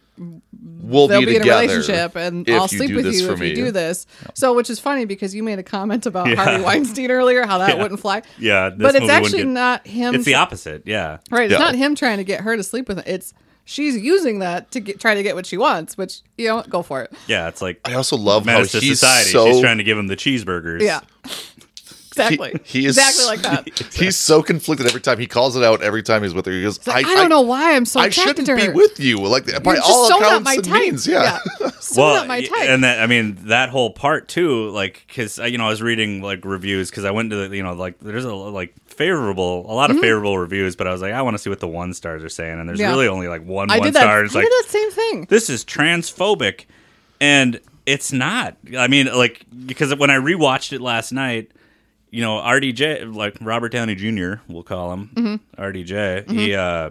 C: We'll
A: they'll
C: be,
A: be, in a
C: together
A: relationship and
C: if
A: I'll
C: you
A: sleep
C: do
A: with
C: this
A: you
C: for
A: if
C: me.
A: you do this. So which is funny because you made a comment about
B: Yeah.
A: Harvey Weinstein earlier, how that
B: Yeah.
A: wouldn't fly.
B: Yeah, this
A: But it's
B: movie wouldn't
A: actually
B: get-
A: not um, him
B: It's the opposite. Yeah.
A: Right. It's
C: Yeah.
A: not him trying to get her to sleep with him. It's she's using that to get, try to get what she wants, which, you know, what, go for it.
B: Yeah. It's like
C: I also love how
B: menace to
C: he's
B: society.
C: so
B: She's trying to give him the cheeseburgers.
A: Yeah. Exactly.
C: he is-
A: exactly like
C: [LAUGHS]
A: that.
C: He's so conflicted every time. He calls it out every time he's with her. He goes,
A: I, don't know why I'm so
C: I
A: attracted
C: shouldn't
A: to
C: be
A: her.
C: with you. Like by
A: You're just
C: all
A: so
C: accounts
A: not my
C: and
A: type.
C: means, yeah. [LAUGHS]
A: So not my
B: y-
A: type.
B: And that I mean that whole part too, like because you know I was reading like reviews because I went to the you know like there's a like favorable a lot of favorable reviews, but I was like I want to see what the one stars are saying, and there's
A: Mm-hmm. Yeah.
B: really only like one
A: I
B: one
A: did that.
B: star.
A: I
B: It's like
A: did that same thing.
B: this is transphobic, and it's not. I mean, like because when I rewatched it last night. You know, RDJ, like Robert Downey Jr., we'll call him
A: Mm-hmm.
B: RDJ. He uh,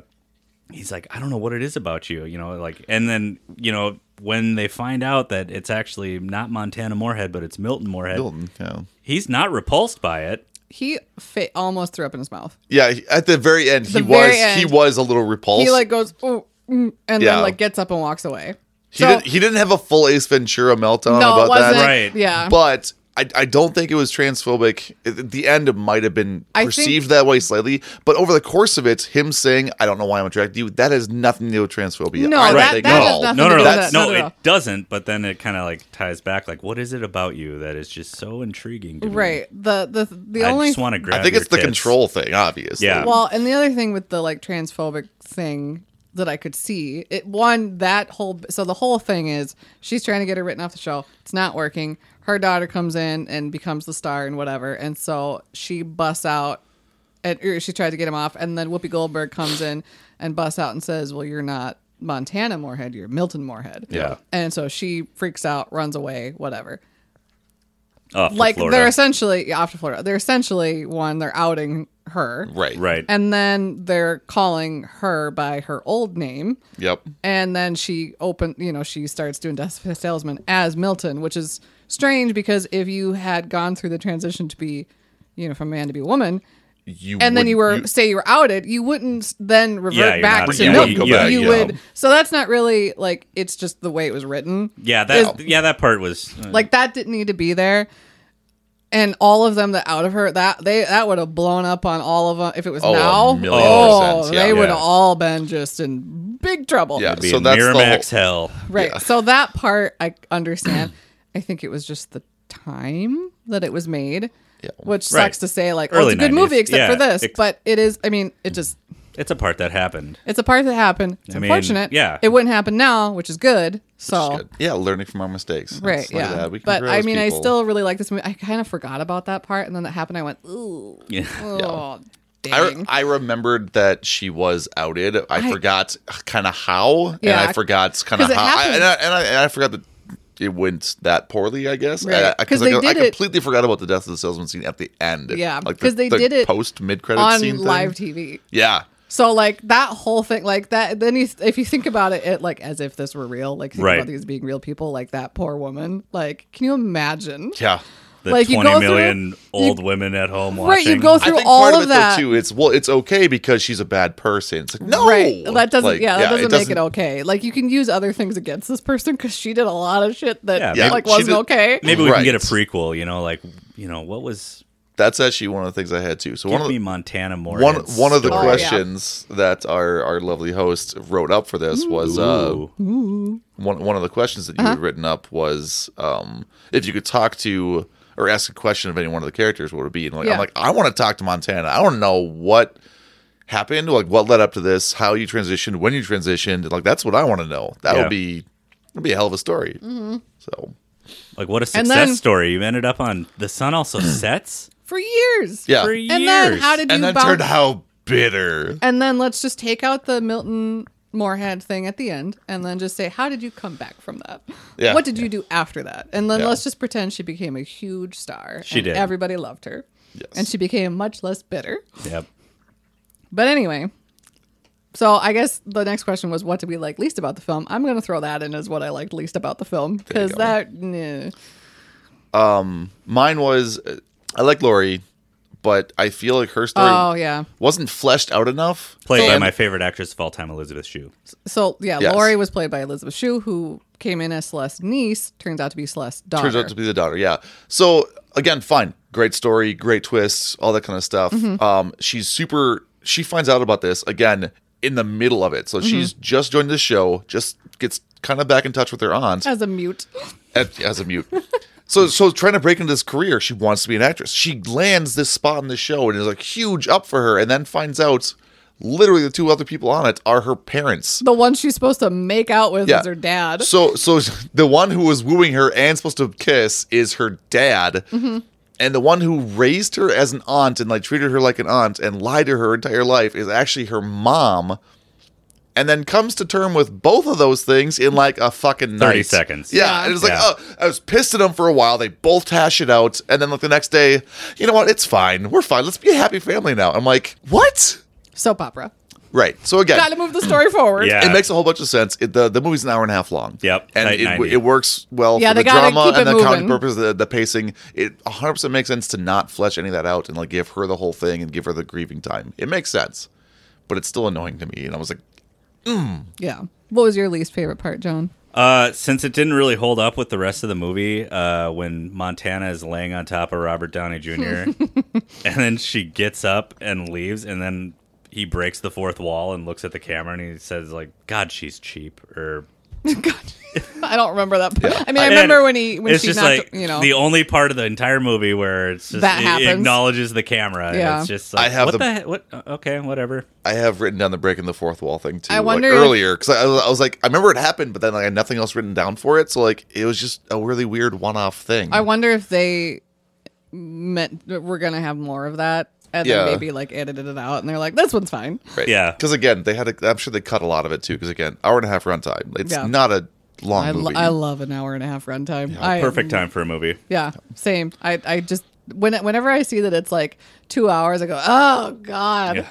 B: he's like, I don't know what it is about you, you know, like, and then you know when they find out that it's actually not Montana Moorhead, but it's Milton Moorhead,
C: Milton, yeah.
B: he's not repulsed by it.
A: He fa- almost threw up in his mouth.
C: Yeah, he- at the very end, he
A: The
C: was
A: very end.
C: he was a little repulsed.
A: He like goes, oh, mm, and
C: Yeah.
A: then like gets up and walks away.
C: he,
A: so,
C: didn't, he didn't have a full Ace Ventura meltdown
A: no,
C: about
A: it wasn't.
C: that,
B: Right.
A: Yeah.
C: but. I, I don't think it was transphobic. At The end might have been
A: I think-
C: perceived that way slightly, but over the course of it, him saying "I don't know why I'm attracted to you" that has nothing to do with transphobia.
A: No,
C: I don't
A: that-
C: think
A: that
C: at
A: has
C: all.
A: nothing
B: no,
A: to
B: no, no,
A: do with
B: that's,
A: that. No,
B: no,
A: no, no.
B: it doesn't. But then it kind of like ties back, like, what is it about you that is just so intriguing? To me?
A: right. The the the
B: I
A: only
B: just want to grab.
C: I think
B: your
C: it's the
B: tits.
C: control thing, obviously.
B: Yeah.
A: Well, and the other thing with the like transphobic thing that I could see, it one that whole so the whole thing is she's trying to get her written off the show. It's not working. Her daughter comes in and becomes the star and whatever, and so she busts out, and or she tried to get him off, and then Whoopi Goldberg comes in and busts out and says, "Well, you're not Montana Moorhead, you're Milton Moorhead."
B: Yeah.
A: and so she freaks out, runs away, whatever
B: Off to
A: like
B: Oh, Florida.
A: they're essentially yeah, off to Florida. They're essentially one. They're outing her,
C: Right.
B: right.
A: And then they're calling her by her old name,
C: Yep.
A: and then she open. You know, she starts doing Death of a Salesman as Milton, which is strange because if you had gone through the transition to be, you know, from man to be woman.
C: You
A: And then
C: would-
A: you were say you were outed. You wouldn't then revert
B: Yeah, you're
A: back
B: not-
A: to
B: yeah,
A: Milton.
B: you- yeah,
A: you
C: yeah.
A: would. So that's not really like it's just the way it was written.
B: yeah, that yeah that part was uh,
A: Like that didn't need to be there. And all of them that out of her that they that would have blown up on all of them if it was
C: Oh, a
A: now. Oh,
C: million percent, yeah.
A: they would have
B: Yeah.
A: all been just in big trouble.
C: Yeah.
B: being
C: So that's the
B: Miramax
C: whole-
B: hell.
A: Right. So that part I understand. [CLEARS THROAT] I think it was just the time that it was made.
C: Yeah.
A: Which sucks
B: Right.
A: to say, like, oh,
B: Early
A: it's a good
B: 90s.
A: movie except
B: Yeah,
A: for this.
B: ex-
A: but it is I mean, it just
B: It's a part that happened. [LAUGHS]
A: it's a part that happened. It's
B: I mean,
A: unfortunate.
B: yeah.
A: It wouldn't happen now, which is good. So
C: Good. Yeah, learning from our mistakes.
A: Right.
C: Let's look at
A: Yeah.
C: that. We can
A: but
C: grow
A: I
C: as
A: mean, I
C: people.
A: still really like this movie. I kind of forgot about that part, and then that happened. I went, ooh,
B: Yeah.
A: oh,
C: I,
A: dang.
C: I remembered that she was outed. I, forgot kind of how,
A: Yeah.
C: and I forgot kind
A: 'Cause
C: of
A: it
C: how, I,
A: happens.
C: and, I, and, I, and I forgot that it went that poorly. I guess
A: Right.
C: because
A: 'Cause
C: I,
A: they
C: I,
A: did it-
C: completely forgot about the death of the salesman scene at the end.
A: Yeah,
C: like the-
A: 'cause they
C: the
A: did it
C: post mid credit
A: on
C: scene thing.
A: live TV.
C: Yeah,
A: So like that whole thing, like that. Then you, if you think about it, it like as if this were real. Like think
B: Right.
A: about these being real people. Like that poor woman. Like, can you imagine?
C: yeah.
B: The
A: Like, you
B: twenty
A: go
B: million
A: through-
B: old women at home watching.
A: Right, you go
C: I
A: Through
C: think
A: all
C: part of,
A: of
C: it
A: that-
C: though too, it's well, it's okay because she's a bad person. It's like no,
A: Right. That doesn't.
C: Like,
A: yeah, that doesn't, make it okay. Like you can use other things against this person because she did a lot of shit
B: Yeah,
A: that
B: Yeah,
A: like
C: she
A: wasn't
C: did-
A: okay.
B: Maybe we
C: Right.
B: can get a prequel. You know, like you know what was
C: That's actually one of the things I had too. So one
B: give
C: of the,
B: me Montana more.
C: one one of the
A: Oh, yeah.
C: questions that our our lovely host wrote up for this was uh,
A: Uh-huh.
C: one one of the questions that you had written up was um, if you could talk to or ask a question of any one of the characters, what would it be? And like,
A: Yeah.
C: I'm like, I want to talk to Montana. I want to know what happened, like what led up to this, how you transitioned, when you transitioned. Like, that's what I want to know. That
B: Yeah.
C: would be, that'd be a hell of a story.
A: Mm-hmm.
C: So,
B: Like, what a
A: And
B: success
A: then-
B: story. You ended up on The
A: [CLEARS THROAT]
B: Sun Also Sets
A: for years.
C: yeah.
B: for years.
A: And then how did you
C: and then
A: bounce-
C: turned how bitter.
A: And then let's just take out the Milton Moorhead thing at the end and then just say, how did you come back from that?
C: Yeah.
A: What did you do after that? And then
C: Yeah.
A: let's just pretend she became a huge star.
B: She
A: and
B: did.
A: Everybody loved her.
C: Yes.
A: And she became much less bitter.
B: Yep.
A: But anyway, so I guess the next question was, what did we like least about the film? I'm going to throw that in as what I liked least about the film because
C: go.
A: that, nah.
C: Mine was, uh, I like Lori, but I feel like her story
A: oh yeah.
C: wasn't fleshed out enough.
B: Played
A: So-
B: by my favorite actress of all time, Elizabeth Shue.
A: So yeah,
C: Yes.
A: Laurie was played by Elizabeth Shue, who came in as Celeste's niece, turns out to be Celeste's daughter.
C: Turns out to be the daughter. Yeah. So again, fine, great story, great twists, all that kind of stuff. Um, she's super. She finds out about this again in the middle of it. So she's just joined the show. Just gets kind of back in touch with her aunt
A: as a mute.
C: at, as a mute. So, so trying to break into this career, she wants to be an actress. She lands this spot in the show and is like huge up for her, and then finds out literally the two other people on it are her parents.
A: The one she's supposed to make out with is her dad.
C: So so [LAUGHS] the one who was wooing her and supposed to kiss is her dad.
A: Mm-hmm.
C: And the one who raised her as an aunt and like treated her like an aunt and lied to her entire life is actually her mom. And then comes to term with both of those things in like a fucking
B: 30
C: night.
B: seconds.
C: Yeah,
A: Yeah.
C: and it's like,
B: Yeah.
C: oh, I was pissed at them for a while. They both hash it out, and then like the next day, you know what? It's fine. We're fine. Let's be a happy family now. I'm like, what?
A: Soap opera.
C: Right. So again,
A: Got to move the story forward.
B: Yeah.
C: it makes a whole bunch of sense. It, the The movie's an hour and a half long.
B: Yep,
C: and
B: tight
C: it,
B: 90.
C: it works well
A: Yeah,
C: for
A: they
C: the
A: gotta
C: drama
A: keep
C: and
A: it
C: the
A: moving.
C: comedy purpose, the, the pacing. It 100 percent makes sense to not flesh any of that out and like give her the whole thing and give her the grieving time. It makes sense, but it's still annoying to me. And I was like,
A: Yeah. What was your least favorite part, John?
B: Uh, since it didn't really hold up with the rest of the movie, uh, when Montana is laying on top of Robert Downey
A: [LAUGHS]
B: Jr. and then she gets up and leaves, and then he breaks the fourth wall and looks at the camera and he says, "Like God, she's cheap." Or
A: [LAUGHS] God, I don't remember that. Part. I mean, I
B: And
A: remember when he when
B: it's
A: she
B: just
A: knocked.
B: like
A: you know,
B: the only part of the entire movie where it's just
A: That
B: it
A: happens.
B: acknowledges the camera. and
A: Yeah.
B: it's just like
C: I have
B: what
C: the-
B: the, he- what uh, okay whatever.
C: I have written down the breaking the fourth wall thing too.
A: I
C: like,
A: wonder if-
C: earlier because I, I was- I was like, I remember it happened, but then like, I had nothing else written down for it. So like, it was just a really weird one off thing.
A: I wonder if they meant that we're gonna have more of that, and
C: Yeah.
A: then maybe like edited it out, and they're like, "This one's fine."
C: right?
B: Yeah.
C: because again, they had. A, I'm sure they cut a lot of it too. Because again, hour and a half runtime. It's
A: Yeah.
C: not a long
A: I, lo-
C: movie.
A: I love an hour and a half runtime. I,
B: Perfect time for a movie.
A: Yeah, same. I I just when whenever I see that it's like two hours, I go, "Oh God!"
C: [LAUGHS]
B: Yeah.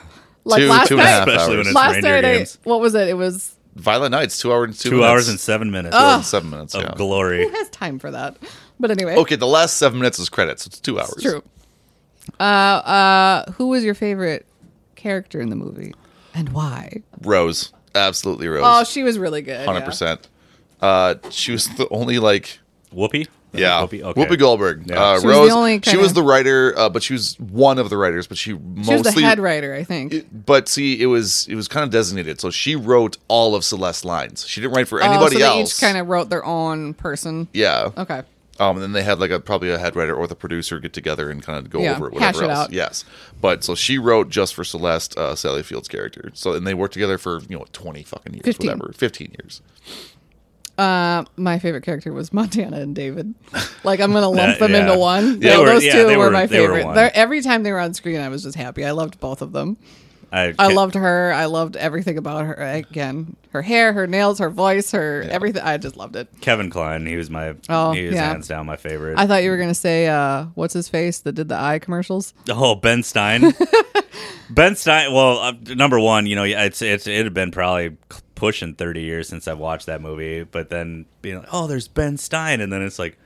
A: Like
C: Two-
A: last
C: two and a
A: night,
C: half
B: Especially
C: hours.
B: when it's
A: last
B: reindeer
A: night, I,
B: games.
A: what was it? It was
C: Violent Nights, two hours and two,
B: Two
C: minutes.
B: hours and seven minutes
C: Two hours and seven minutes.
B: of
C: yeah.
B: glory.
A: who has time for that? But anyway,
C: okay, the last seven minutes is credits. It's two hours.
A: it's true. Uh, uh, who was your favorite character in the movie, and why?
C: Rose, absolutely Rose,
A: Oh, she was really good.
C: hundred
A: yeah.
C: percent. Uh, she was the only like.
B: Whoopi.
C: Yeah,
B: Whoopi. Okay.
C: Whoopi Goldberg.
B: Yeah.
C: Uh,
A: She was the
C: Rose.
A: only
C: she was
A: kinda-
C: the writer, uh, but she was one of the writers. But she
A: She
C: mostly
A: was the head writer, I think.
C: but see, it was it was kind of designated. So she wrote all of Celeste's lines. She didn't write for anybody
A: oh, so
C: else.
A: They each kind of wrote their own person.
C: yeah.
A: Okay.
C: Um, and then they had like a probably a head writer or the producer get together and kind of go
A: Yeah,
C: over it,
A: hash
C: whatever
A: it
C: else.
A: out.
C: Yes, but so she wrote just for Celeste, uh, Sally Field's character. So and they worked together for you know twenty fucking years,
A: 15.
C: whatever, fifteen years.
A: Uh, my favorite character was [LAUGHS] Montana and David. Like I'm gonna lump
B: That-
A: them
B: yeah.
A: into one.
B: They
A: No,
B: were-
A: those
B: yeah,
A: two
B: they
A: were,
B: were-
A: my
B: they were
A: favorite.
B: one.
A: They're- every time they were on screen, I was just happy. I loved both of them.
B: I,
A: I
B: can't-
A: loved her. I loved everything about her. Again, her hair, her nails, her voice, her everything. I just loved it.
B: Kevin Klein. He was my.
A: Oh,
B: he was
A: yeah.
B: hands down my favorite.
A: I thought you were gonna say uh, what's his face that did the eye commercials.
B: Oh, Ben Stein.
A: [LAUGHS]
B: ben Stein. Well, uh, number one, you know, it's it's it had been probably pushing thirty years since I've watched that movie, but then being like, oh, there's Ben Stein, and then it's like,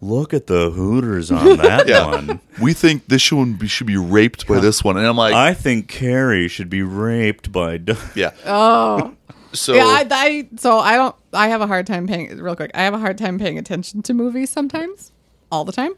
B: look at the Hooters
A: [LAUGHS]
B: on that
C: Yeah.
B: one.
C: We think this one be, should be raped by this one, and I'm like,
B: I think Carrie should be raped
A: [LAUGHS]
B: by. Do-
C: yeah. Oh, so
A: Uh, yeah, I, I so I don't. I have a hard time paying. Real quick, I have a hard time paying attention to movies sometimes, all the time.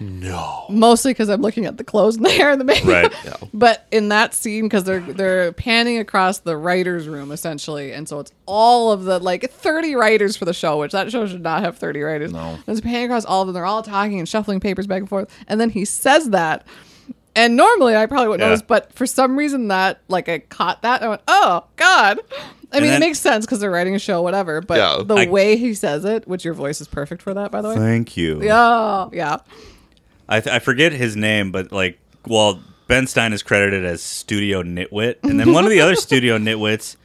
C: No.
A: mostly because I'm looking at the clothes [LAUGHS] and the hair and the makeup.
B: Right.
C: Yeah.
A: But in that scene, because they're they're panning across the writers' room essentially, and so it's all of the like 30 writers for the show, which that show should not have 30 writers.
C: No.
A: And it's panning across all of them. They're all talking and shuffling papers back and forth, and then he says that. And normally I probably wouldn't
B: Yeah.
A: notice, but for some reason that like I caught that and I went, oh God. I mean,
B: then-
A: it makes sense because they're writing a show, whatever. But
C: Yeah.
A: the
B: I-
A: way he says it, which your voice is perfect for that, by the way.
B: Thank you.
A: Yeah, yeah.
B: I, th- I forget his name, but like, well, Ben Stein is credited as Studio Nitwit, and then one of
A: [LAUGHS]
B: the other Studio Nitwits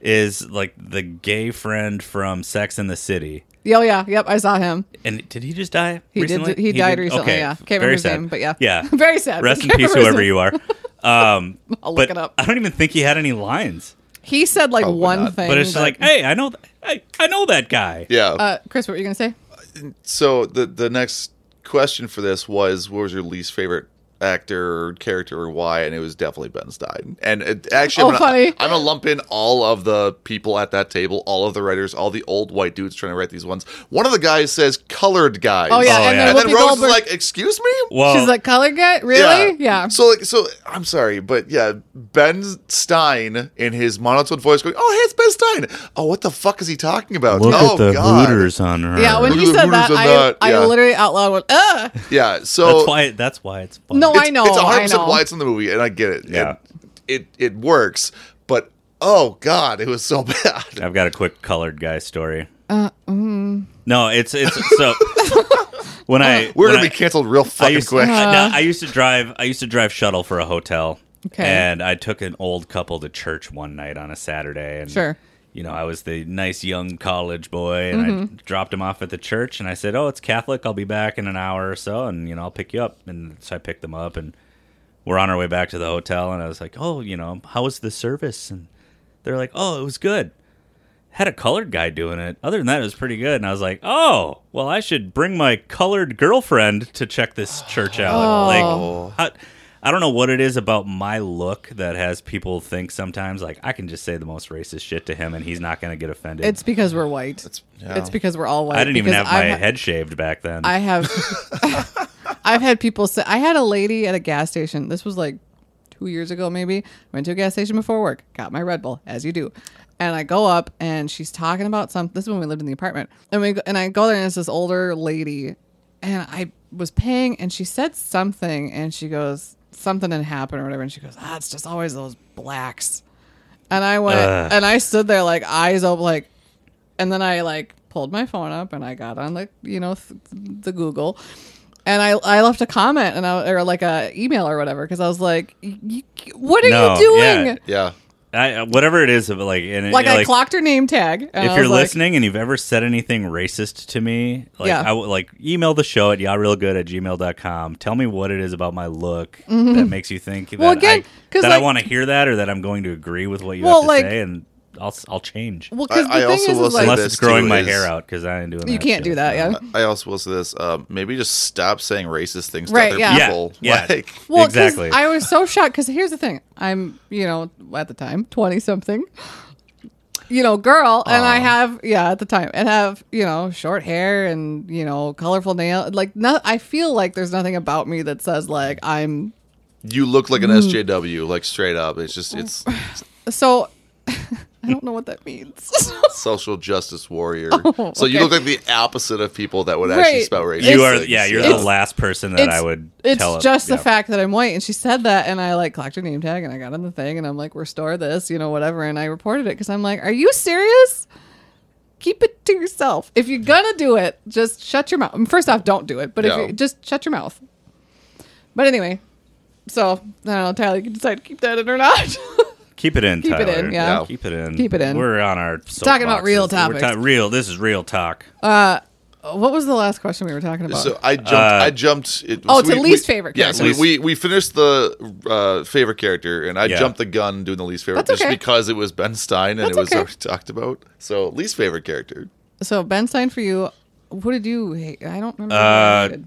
B: is like the gay friend from Sex and the City.
A: Yeah, Oh yeah, yep, I saw him.
B: And did he just die?
A: He
B: recently?
A: did. He, died
B: did-
A: recently.
B: okay,
A: Yeah, can't
B: very
A: remember
B: sad.
A: his name, but yeah,
B: yeah.
A: [LAUGHS] very sad.
B: Rest
A: but
B: in
A: can't
B: peace,
A: remember his
B: whoever
A: name.
B: you are.
A: [LAUGHS]
B: Um,
A: I'll
B: but
A: look it up.
B: I don't even think he had any lines.
A: He said like
C: Probably
A: one
C: not.
A: thing,
B: Oh, But it's just like, hey, I know, th- I, I know that guy.
C: Yeah.
A: uh, Chris, what were you gonna say?
C: so the the next question for this was, what was your least favorite actor or character or why? And it was definitely Ben Stein. And it, actually,
A: Oh,
C: I'm, gonna,
A: funny.
C: I'm gonna lump in all of the people at that table, all of the writers, all the old white dudes trying to write these ones. One of the guys says colored guys.
A: Oh yeah,
B: Oh,
A: and
B: yeah.
A: then
C: And then
A: Whoopi
C: Rose is
A: Goldberg.
C: like, excuse me?
B: Well,
A: She's like color guy, really? Yeah.
C: So like so I'm sorry, but yeah, Ben Stein in his monotone voice going, "Oh, hey, it's Ben Stein." Oh, what the fuck is he talking about? oh
B: on her.
A: yeah, when
C: Look
A: he
C: at the
A: said that,
C: hooters on
A: I,
C: that,
A: I
C: yeah.
A: literally out loud went, "Ugh."
C: Yeah, so
B: that's why. That's why it's fun.
A: No,
C: it's,
A: I know,
C: It's 100
A: I know.
C: why it's in the movie, and I get it.
B: Yeah.
C: And it it works, but oh god, it was so [LAUGHS] bad.
B: I've got a quick colored guy story. Uh,
A: mm.
B: No, it's it's
A: [LAUGHS]
B: so when
A: Uh,
B: I
C: We're
B: when
C: gonna
B: I-
C: be canceled real
B: I
C: fucking
B: used, [LAUGHS]
C: quick.
B: I, no, I used to drive. I used to drive shuttle for a hotel,
A: Okay.
B: and I took an old couple to church one night on a Saturday. And
A: Sure.
B: you know, I was the nice young college boy, and
A: Mm-hmm.
B: I dropped him off at the church, and I said, "Oh, it's Catholic. I'll be back in an hour or so, and you know, I'll pick you up." And so I picked them up, and we're on our way back to the hotel, and I was like, "Oh, you know, how was the service?" And they're like, "Oh, it was good." Had a colored guy doing it. Other than that, it was pretty good. And I was like, "Oh, well, I should bring my colored girlfriend to check this church out."
A: Oh.
B: Like, I, I don't know what it is about my look that has people think sometimes like I can just say the most racist shit to him, and he's not going to get offended.
A: It's because we're white. It's,
C: yeah.
A: because we're all white.
B: I didn't even
A: because
B: have my
A: I'm-
B: head shaved back then.
A: I have [LAUGHS] I've had people say I had a lady at a gas station. This was like two years ago maybe. Went to a gas station before work, got my Red Bull, as you do. And I go up and she's talking about some this is when we lived in the apartment. And we go- and I go there and it's this older lady and I was paying and she said something and she goes, Something had happened or whatever, and she goes, Ah, it's just always those blacks. And I went
B: Ugh.
A: and I stood there like eyes open like and then I like pulled my phone up and I got on the you know th- the Google, and I I left a comment and I or like a email or whatever because I was like, y- y- what are
B: No,
A: you doing?
B: yeah.
C: yeah.
B: I, whatever it is, but like, and,
A: Like
B: you know,
A: I clocked her name tag. And I
B: if
A: was
B: you're
A: like,
B: listening and you've ever said anything racist to me, like
A: Yeah.
B: I w- like email the show at yarealgood at gmail.com. Tell me what it is about my look that makes you think that,
A: Mm-hmm. Well, again,
B: I,
A: 'cause,
B: that I
A: like-
B: want to hear that or that I'm going to agree with what you
A: Well,
B: have to
A: like-
B: say, and I'll s- I'll change
A: well, because the
C: I- I
A: thing
C: also
A: is,
C: will
A: is
C: say
A: like,
B: unless
C: this
B: it's growing
C: too
B: my
C: is-
B: hair out because I ain't doing that.
A: you can't do
B: shit.
A: that. Yeah.
C: I also will say this. Um, maybe just stop saying racist things to
A: Right,
C: other
A: yeah.
B: Yeah,
C: people.
B: yeah.
C: [LAUGHS] Like,
A: Well, 'cause
B: Exactly.
A: I was so shocked because here's the thing: I'm, you know, at the time, twenty something, you know, girl, and I have, yeah, at the time, and have, you know, short hair and you know, colorful nail. Like, no, I feel like there's nothing about me that says like I'm.
C: you look
A: Mm.
C: like an SJW, like straight up. It's just
A: [LAUGHS]
C: it's
A: So, [LAUGHS] I don't know what that means. [LAUGHS]
C: social justice warrior.
A: Oh,
C: So you
A: okay.
C: look like the opposite of people that would actually
A: Right.
C: spell racist.
B: You are,
C: things.
B: yeah, you're the
A: It's-
B: last person that I would
A: It's
B: tell.
A: just the
B: yeah.
A: fact that I'm white, and she said that, and I like clocked her name tag, and I got on the thing, and I'm like, restore this, you know, whatever, and I reported it because I'm like, are you serious? Keep it to yourself. If you're gonna do it, just shut your mouth. And First off, don't do it, but
C: No.
A: if you just shut your mouth. But anyway, so I don't know, Tyler, you can decide to keep that in or not. [LAUGHS]
B: Keep it in.
A: Keep it in,
B: Tyler.
A: yeah.
C: Yeah.
B: Keep it in.
A: Keep it in.
B: We're on our
A: Talking about
B: soapboxes.
A: real
B: We're ta-
A: topics.
B: real. This is real talk.
A: what was the last question we were talking about?
C: So I jumped.
B: uh,
C: I jumped. It,
A: Oh,
C: so
A: it's the least favorite
C: Yeah, so we,
A: character.
C: we we finished the uh, favorite character, and I
B: Yeah.
C: jumped the gun doing the least favorite
A: That's
C: just
A: okay.
C: because it was Ben Stein and
A: That's
C: it was
A: okay.
C: already talked about. So least favorite character.
A: so Ben Stein for you. What did you hate? I don't remember. what I
B: Uh,
A: hated.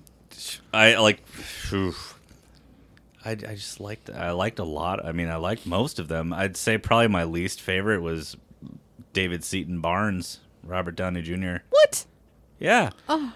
B: I like. oof. I, I just liked. I liked a lot. I mean, I liked most of them. I'd say probably my least favorite was David Seaton Barnes, Robert Downey Jr.
A: What?
B: Yeah.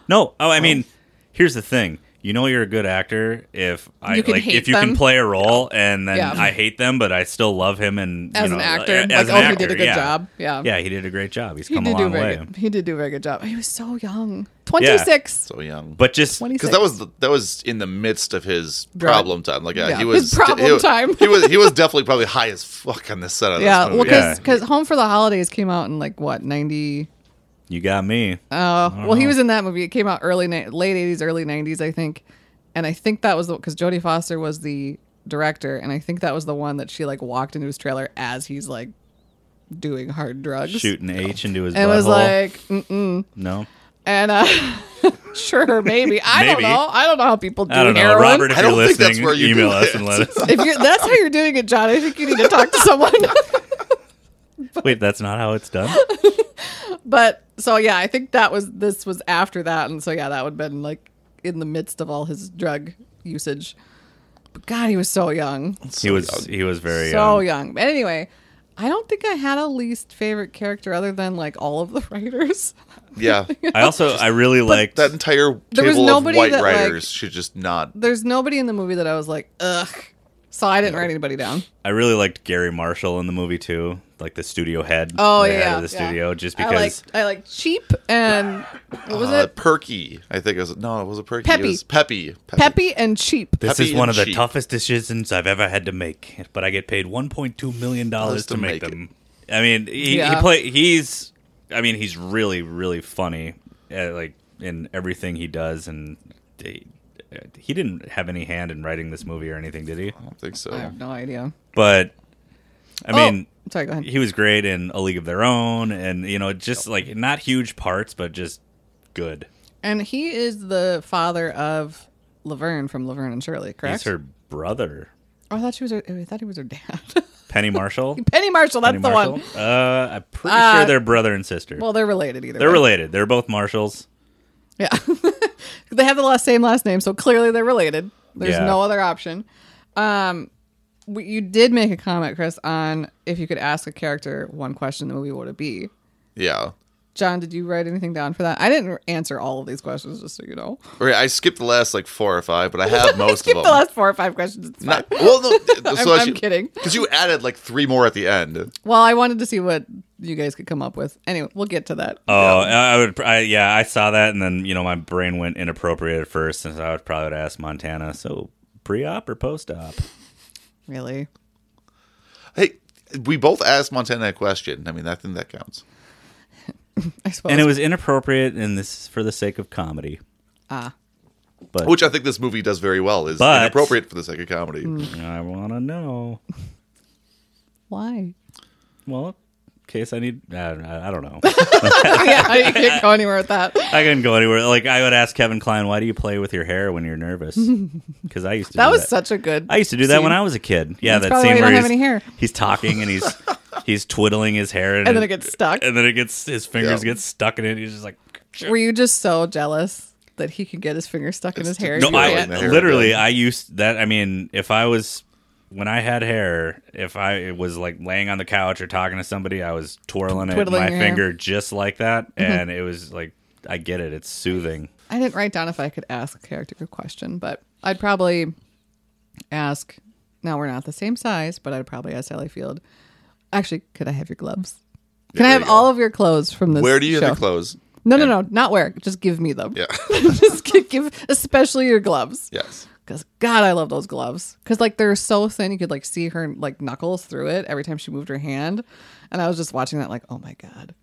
B: No. Oh, I mean, oh, here's the thing. you know you're a good actor if I
A: You can
B: like
A: hate
B: if you
A: them.
B: can play a role and then
A: Yeah.
B: I hate them, but I still love him and you
A: As
B: know,
A: an actor,
B: a-
A: like
B: as an
A: oh,
B: actor,
A: he did a good
B: yeah.
A: job. Yeah,
B: Yeah, he did a great job. He's
A: He
B: come a
A: did do
B: long
A: very
B: way.
A: good. He did do a very good job. He was so young, twenty six.
C: So young.
B: But just
A: Twenty six.
C: because that was the, that was in the midst of his
A: Right.
C: problem time. Like yeah,
A: Yeah.
C: he was
A: His problem
C: he was-
A: time.
C: he was he was definitely probably high as fuck on this set of
A: yeah.
C: this
A: Well,
C: movie.
B: Yeah.
A: because Home for the Holidays came out in like what ninety.
B: you got me.
A: Oh, well, he
B: know.
A: was in that movie. It came out early, ni- late eighties, early nineties, I think. And I think that was the because Jodie Foster was the director, and I think that was the one that she like walked into his trailer as he's like doing hard drugs.
B: Shooting H into his
A: And
B: butthole.
A: was like, Mm-mm.
B: no,
A: and uh, [LAUGHS] sure, maybe I
B: Maybe.
A: don't know. I don't know how people do
B: I don't know,
A: heroin.
B: Robert. If
C: I
B: you're
C: don't think
B: listening,
C: that's where you do
B: email us
C: it.
A: [LAUGHS]
B: and let us.
A: If you're, that's how you're doing it, John, I think you need to talk
B: [LAUGHS]
A: to someone.
B: Wait, that's not how
A: [LAUGHS]
B: it's done.
A: but so yeah, I think that was this was after that, and so yeah, that would have been like in the midst of all his drug usage. But God, he was so young,
B: he was he was very um,
A: so
B: young.
A: young. But anyway, I don't think I had a least favorite character other than like all of the [LAUGHS] writers.
C: yeah,
A: [LAUGHS]
B: I also I really liked
C: that entire
A: There was
C: table of
A: nobody
C: white
A: that, like-
C: writers should just not.
A: There's nobody in the movie that I was like, ugh. So I didn't write anybody down.
B: I really liked Gary Marshall in the movie too, like the studio head.
A: Oh
B: the
A: yeah,
B: head
A: yeah,
B: of the studio, just
A: I like
B: because
A: I like cheap and what was
C: uh,
A: it?
C: Perky, I think it was no, it was a Perky.
A: Peppy.
C: It was Peppy. Peppy.
A: Peppy and cheap.
B: this
C: Peppy
B: is one
C: and
B: of the
C: cheap.
B: toughest decisions I've ever had to make. But I get paid 1.2 million dollars to
C: to
B: make,
C: make
B: them. I mean, he,
A: Yeah.
B: he play. He's. I mean, he's really really funny, uh, like in everything he does, and he, he didn't have any hand in writing this movie or anything, did he?
C: I don't think so.
A: I have no idea.
B: But I mean.
A: oh, sorry, go ahead.
B: he was great in A League of Their Own, and you know, just like not huge parts, but just good.
A: And he is the father of Laverne from Laverne and Shirley, correct?
B: He's her brother,
A: oh, I thought she was. Her, I thought he was her dad. [LAUGHS]
B: Penny Marshall.
A: Penny Marshall, that's
B: Penny
A: the
B: Marshall.
A: one.
B: Uh, I'm pretty
A: Uh,
B: sure they're brother and sister.
A: Well, they're related either.
B: they're
A: way.
B: related. They're both Marshalls.
A: Yeah, they have the last same last name, so clearly they're related. There's
B: Yeah.
A: no other option. Um, we, you did make a comment, Chris, on if you could ask a character one question in the movie, what would it be?
C: Yeah.
A: John, did you write anything down for that? I didn't answer all of these questions, just so you know.
C: Right, I skipped the last like four or five, but I
A: [LAUGHS]
B: Uh,
C: have most
A: Skip
C: of them.
A: the last four or five questions. It's fine.
C: Not- well,
A: [LAUGHS]
C: no, so
A: I'm kidding.
C: Because you added like three more at the end.
A: Well, I wanted to see what you guys could come up with. Anyway, we'll get to that.
B: Oh, I I would. I, yeah, I saw that, and then you know, my brain went inappropriate at first, and so I would probably would ask Montana. So pre-op or post-op?
A: Really?
C: Hey, we both asked Montana a question. I mean, I think that counts.
A: I suppose.
B: And it was inappropriate, and this is for the sake of comedy. Ah, but
C: Which I think this movie does very well. Is
B: But-
C: inappropriate for the sake of comedy.
A: Mm,
B: I want to know.
A: why? [LAUGHS]
B: Well, in case I need, I don't, I don't know.
A: yeah, I can't go anywhere with that.
B: I couldn't go anywhere. Like I would ask Kevin Klein, why do you play with your hair when
A: [LAUGHS]
B: you're nervous? Because I used to.
A: That
B: do
A: was
B: that.
A: such a good.
B: I used to do that when
A: scene.
B: I was a kid. Yeah,
A: That's
B: that
A: probably why
B: scene
A: you
B: where
A: don't have
B: he's,
A: any hair.
B: he's talking
A: [LAUGHS]
B: and he's he's twiddling his hair, and,
A: And then it gets stuck.
B: and then it gets his fingers
C: Yeah.
B: get stuck in it. and He's just like.
A: Were you just so jealous that he could get his finger stuck in his hair? and
B: No,
A: you
B: I
A: can't?
C: the hair
B: literally
C: again.
B: I used that. I mean, if I was when I had hair, if I was like laying on the couch or talking to somebody, I was twirling,
A: Twiddling
B: it my
A: your Mm-hmm.
B: finger just like that, and it was like I get it. It's soothing.
A: I didn't write down if I could ask a character a question, but I'd probably ask. Now we're not the same size, but I'd probably ask Sally Field. Actually, could I have your gloves? Can I
C: there
A: have
C: you go.
A: all of your clothes from this?
C: Where do you
A: show?
C: have the clothes?
A: No, no, no, not where. Just give me them.
C: Yeah.
A: [LAUGHS]
C: [LAUGHS]
A: just gi- give, especially your gloves.
C: Yes.
A: Because God, I love those gloves. Because like they're so thin, you could like see her like knuckles through it every time she moved her hand. And I was just watching that, like, oh my God.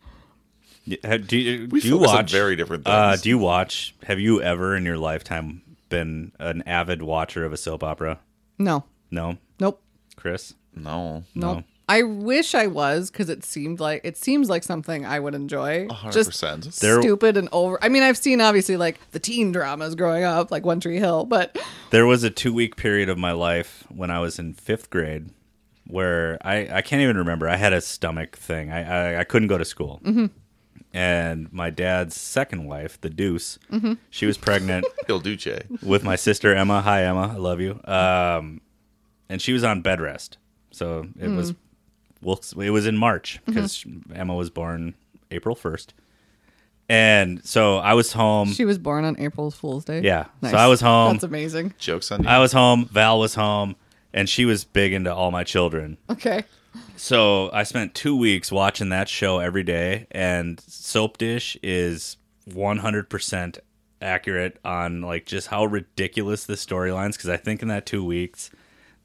B: Yeah, ha- Do you,
C: We
B: do you
C: focus on
B: watch
C: very different
B: Uh,
C: things.
B: do you watch? Have you ever in your lifetime been an avid watcher of a soap opera?
A: No,
B: No,
A: nope,
B: Chris.
C: No.
A: nope.
B: No.
A: I wish I was because it seemed like it seems like something I would enjoy.
C: Hundred
A: Just
C: percent.
B: There-
A: stupid and over. I mean, I've seen obviously like the teen dramas growing up, like One Tree Hill, but
B: There was a two week period of my life when I was in fifth grade where I, I can't even remember. I had a stomach thing. I, I, I couldn't go to school. Mm-hmm. And my dad's second wife, the Deuce,
C: Mm-hmm.
B: she was
C: [LAUGHS]
B: pregnant
C: Il Duce.
B: with my sister Emma. Hi Emma, I love you. Um, and she was on bed rest, so it was well, it was in March because Emma was born April first, And so I was home.
A: She was born on April Fool's Day.
B: Mm. Yeah. So I was home.
A: That's amazing.
C: Jokes on you.
B: I was home. Val was home, and she was big into all my children.
A: Okay.
B: So I spent two weeks watching that show every day, and Soap Dish is 100% accurate on like just how ridiculous the storylines. Because I think in that two weeks,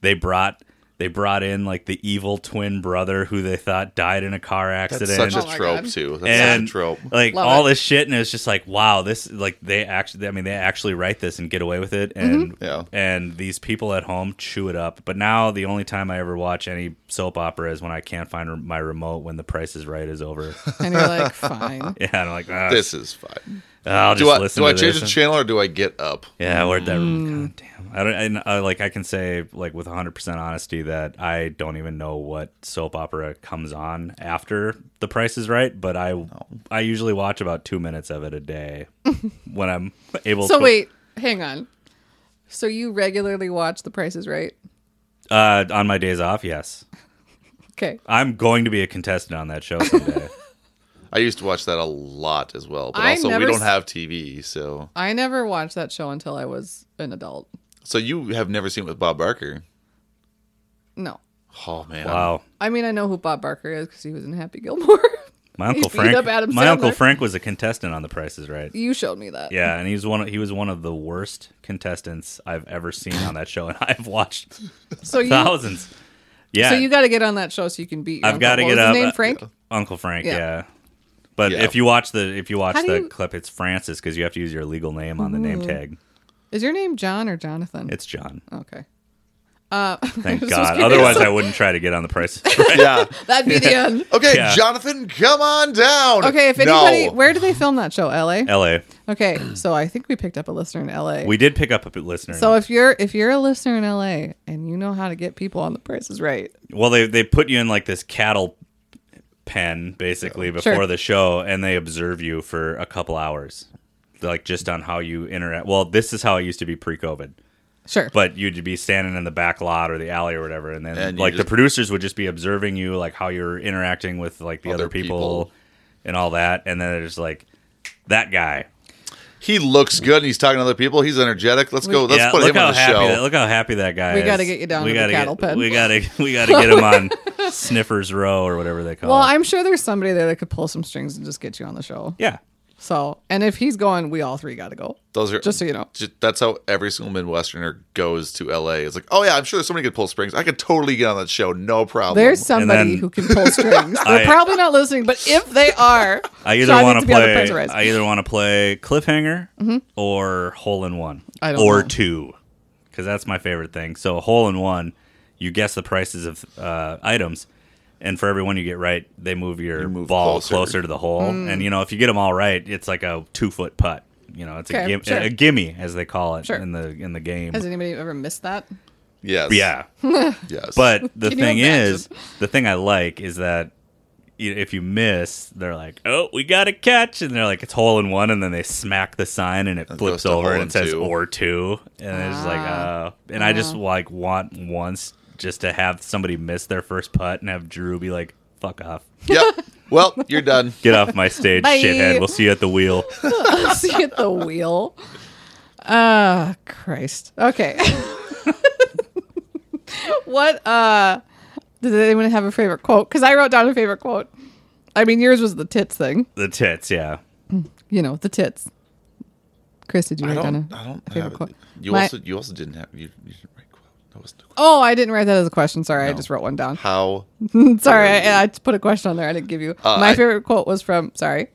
B: they brought they brought in like the evil twin brother who they thought died in a car
C: That's
B: accident.
C: such
A: Oh
C: a
A: my
C: trope
A: God.
C: too. That's
B: and uh,
C: such a trope.
B: like
A: Love
B: all
A: it.
B: this shit, and it's just like, wow, this like they actually, I mean, they actually write this and get away with it, and
A: Mm-hmm.
C: Yeah.
B: and these people at home chew it up. But now the only time I ever watch any soap opera is when I can't find re- my remote when The Price is Right is over. [LAUGHS]
A: And you're like, [LAUGHS] fine.
B: yeah, and I'm like, ah,
C: This is fine.
B: I'll just
C: Do I
B: listen
C: do I
B: to
C: change
B: this.
C: the channel or do I get up?
B: yeah, where'd that?
A: Mm.
B: God damn, I don't. And, uh, like I can say like with 100 percent honesty that I don't even know what soap opera comes on after The Price is Right, but I I usually watch about two minutes of it
A: [LAUGHS]
B: a day when I'm able.
A: So
B: to,
A: wait, hang on. So you regularly watch The Price is Right?
B: uh, on my days off, yes.
A: Okay.
B: I'm going to be a contestant on that show someday.
A: [LAUGHS]
C: I used to watch that a lot as well, but
A: I
C: also we
A: never
C: don't
A: s-
C: have TV, so
A: I never watched that show until I was an adult.
C: so you have never seen it with Bob Barker.
A: No.
C: Oh man,
B: wow.
A: I mean, I know who Bob Barker is because he was in Happy Gilmore. [LAUGHS]
B: My uncle
A: beat
B: Frank.
A: up Adam
B: my uncle
A: Sandler.
B: Frank was a contestant on The Price
A: [LAUGHS]
B: is Right.
A: you showed me that.
B: Yeah, and he's one. Of, he was one of the worst contestants I've ever seen on that show, and [LAUGHS] I've watched
A: So you,
B: thousands. Oh, Yeah,
A: so you got to get on that show so you can beat. Your
B: I've got to
A: uncle.
B: get
A: what was
B: up.
A: His
B: uh,
A: name Frank.
B: Uncle Frank. Yeah.
A: Yeah.
B: But
C: Yeah.
B: if you watch the if you watch
A: How do
B: the
A: you- Mm-hmm.
B: clip, it's Francis because you have to use your legal name on the name tag.
A: Is your name John or Jonathan? [LAUGHS]
B: It's John.
A: okay.
B: Thank
A: was
B: God.
A: curious.
B: Otherwise, I wouldn't try to get on
A: [LAUGHS]
B: the Price. is Right.
C: [LAUGHS] yeah.
A: That'd be
B: [LAUGHS]
A: the end.
C: Okay,
B: Yeah.
C: Jonathan, come on down.
A: Okay, if
C: No.
A: anybody, where do they film that show? L.A.
B: L.A.
A: Okay, so I think we picked up a listener in L.A.
B: We did pick up a listener.
A: so if you're if you're a listener in L.A. and you know how to get people on the prices right,
B: Well, they they put you in like this cattle pen basically before
A: Sure.
B: the show, and they observe you for a couple hours, like just on how you interact. Well, this is how it used to be pre-COVID,
A: sure.
B: but you'd be standing in the back lot or the alley or whatever, and then
C: And you
B: like the
C: just-
B: producers would just be observing you, like how you're interacting with like the
C: Other
B: other people,
C: people.
B: and all that, and then there's like that guy.
C: he looks good and he's talking to other people. He's energetic. Let's go. Let's
B: yeah,
C: put
B: look
C: him
B: how
C: on the
B: happy
C: show.
B: that look how happy that guy.
A: We
B: is.
A: gotta get you down to the
B: gotta
A: cattle
B: get,
A: pen.
B: We gotta we gotta get him on [LAUGHS] Sniffers Row or whatever they call
A: Well,
B: it.
A: I'm sure there's somebody there that could pull some strings and just get you on the show.
B: yeah.
A: So, and if he's going, we all three got to go.
C: Those are
A: Just so you know.
C: ju- that's how every single Midwesterner goes to LA. It's like, oh yeah, I'm sure there's somebody who could pull springs. I could totally get on that show, no problem.
A: There's somebody
B: then-
A: who can
B: [LAUGHS]
A: pull strings. They're
B: I-
A: probably not listening, but if
B: [LAUGHS]
A: they are,
B: I either
A: Sean
B: want
A: needs
B: to
A: be on the
B: play.
A: Price Rise.
B: I either want to play cliffhanger or hole in one
A: I don't
B: or
A: know.
B: two, because that's my favorite thing. So hole in one, you guess the prices of uh, items, and for every one you get right, they move your
C: move
B: ball
C: closer.
B: closer. to the hole.
A: Mm.
B: And you know if you get them all right, it's like a two foot putt. You know, it's a,
A: Okay,
B: gim-
A: sure.
B: a gimme as they call it
A: Sure.
B: in the in the game.
A: Has anybody ever missed that? [LAUGHS]
C: yes,
B: yeah,
C: yes. [LAUGHS]
B: but the
A: Can you
B: thing
A: imagine?
B: is, the thing I like is that i- if you miss, they're like, "Oh, we got a catch," and they're like, "It's hole in one," and then they smack the sign and it
C: goes
B: flips
C: to
B: over
C: hole
B: and
C: in
B: it says
C: two.
B: "or two, and it's just like,
A: Ah.
B: "Oh," and I just like want once just to have somebody miss their first putt and have Drew be like, "Fuck off."
C: yep. Well, you're done.
B: Get
A: [LAUGHS]
B: off my stage,
A: Bye.
B: shithead. We'll see you at the wheel.
A: See at the wheel. Ah, Christ. Okay. [LAUGHS] what uh does anyone have a favorite quote? Because I wrote down a favorite quote. I mean yours was the tits thing.
B: The tits, yeah.
A: You know, the tits. Chris, did you
C: I
A: write down
C: don't.
A: a
C: I don't
A: favorite
C: have.
A: quote?
C: You
A: My-
C: also. You also didn't have. You, you didn't write quote. That wasn't a quote.
A: Oh, I didn't write that as a question. Sorry, I just wrote one down. [LAUGHS]
C: How
A: Sorry, I, I just put a question on there. I didn't give you.
C: Uh,
A: My
C: I-
A: favorite quote was from. Sorry.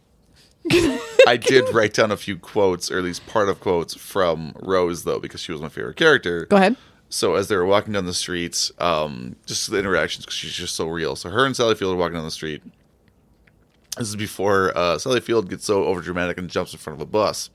C: I did write down a few quotes, or at least part of quotes from Rose, though, because she was my favorite character.
A: Go ahead.
C: So as they were walking down the streets, um, just the interactions, 'cause she's just so real. So her and Sally Field are walking down the street. This is before uh, Sally Field gets so overdramatic and jumps in front of
A: [LAUGHS]
C: a bus.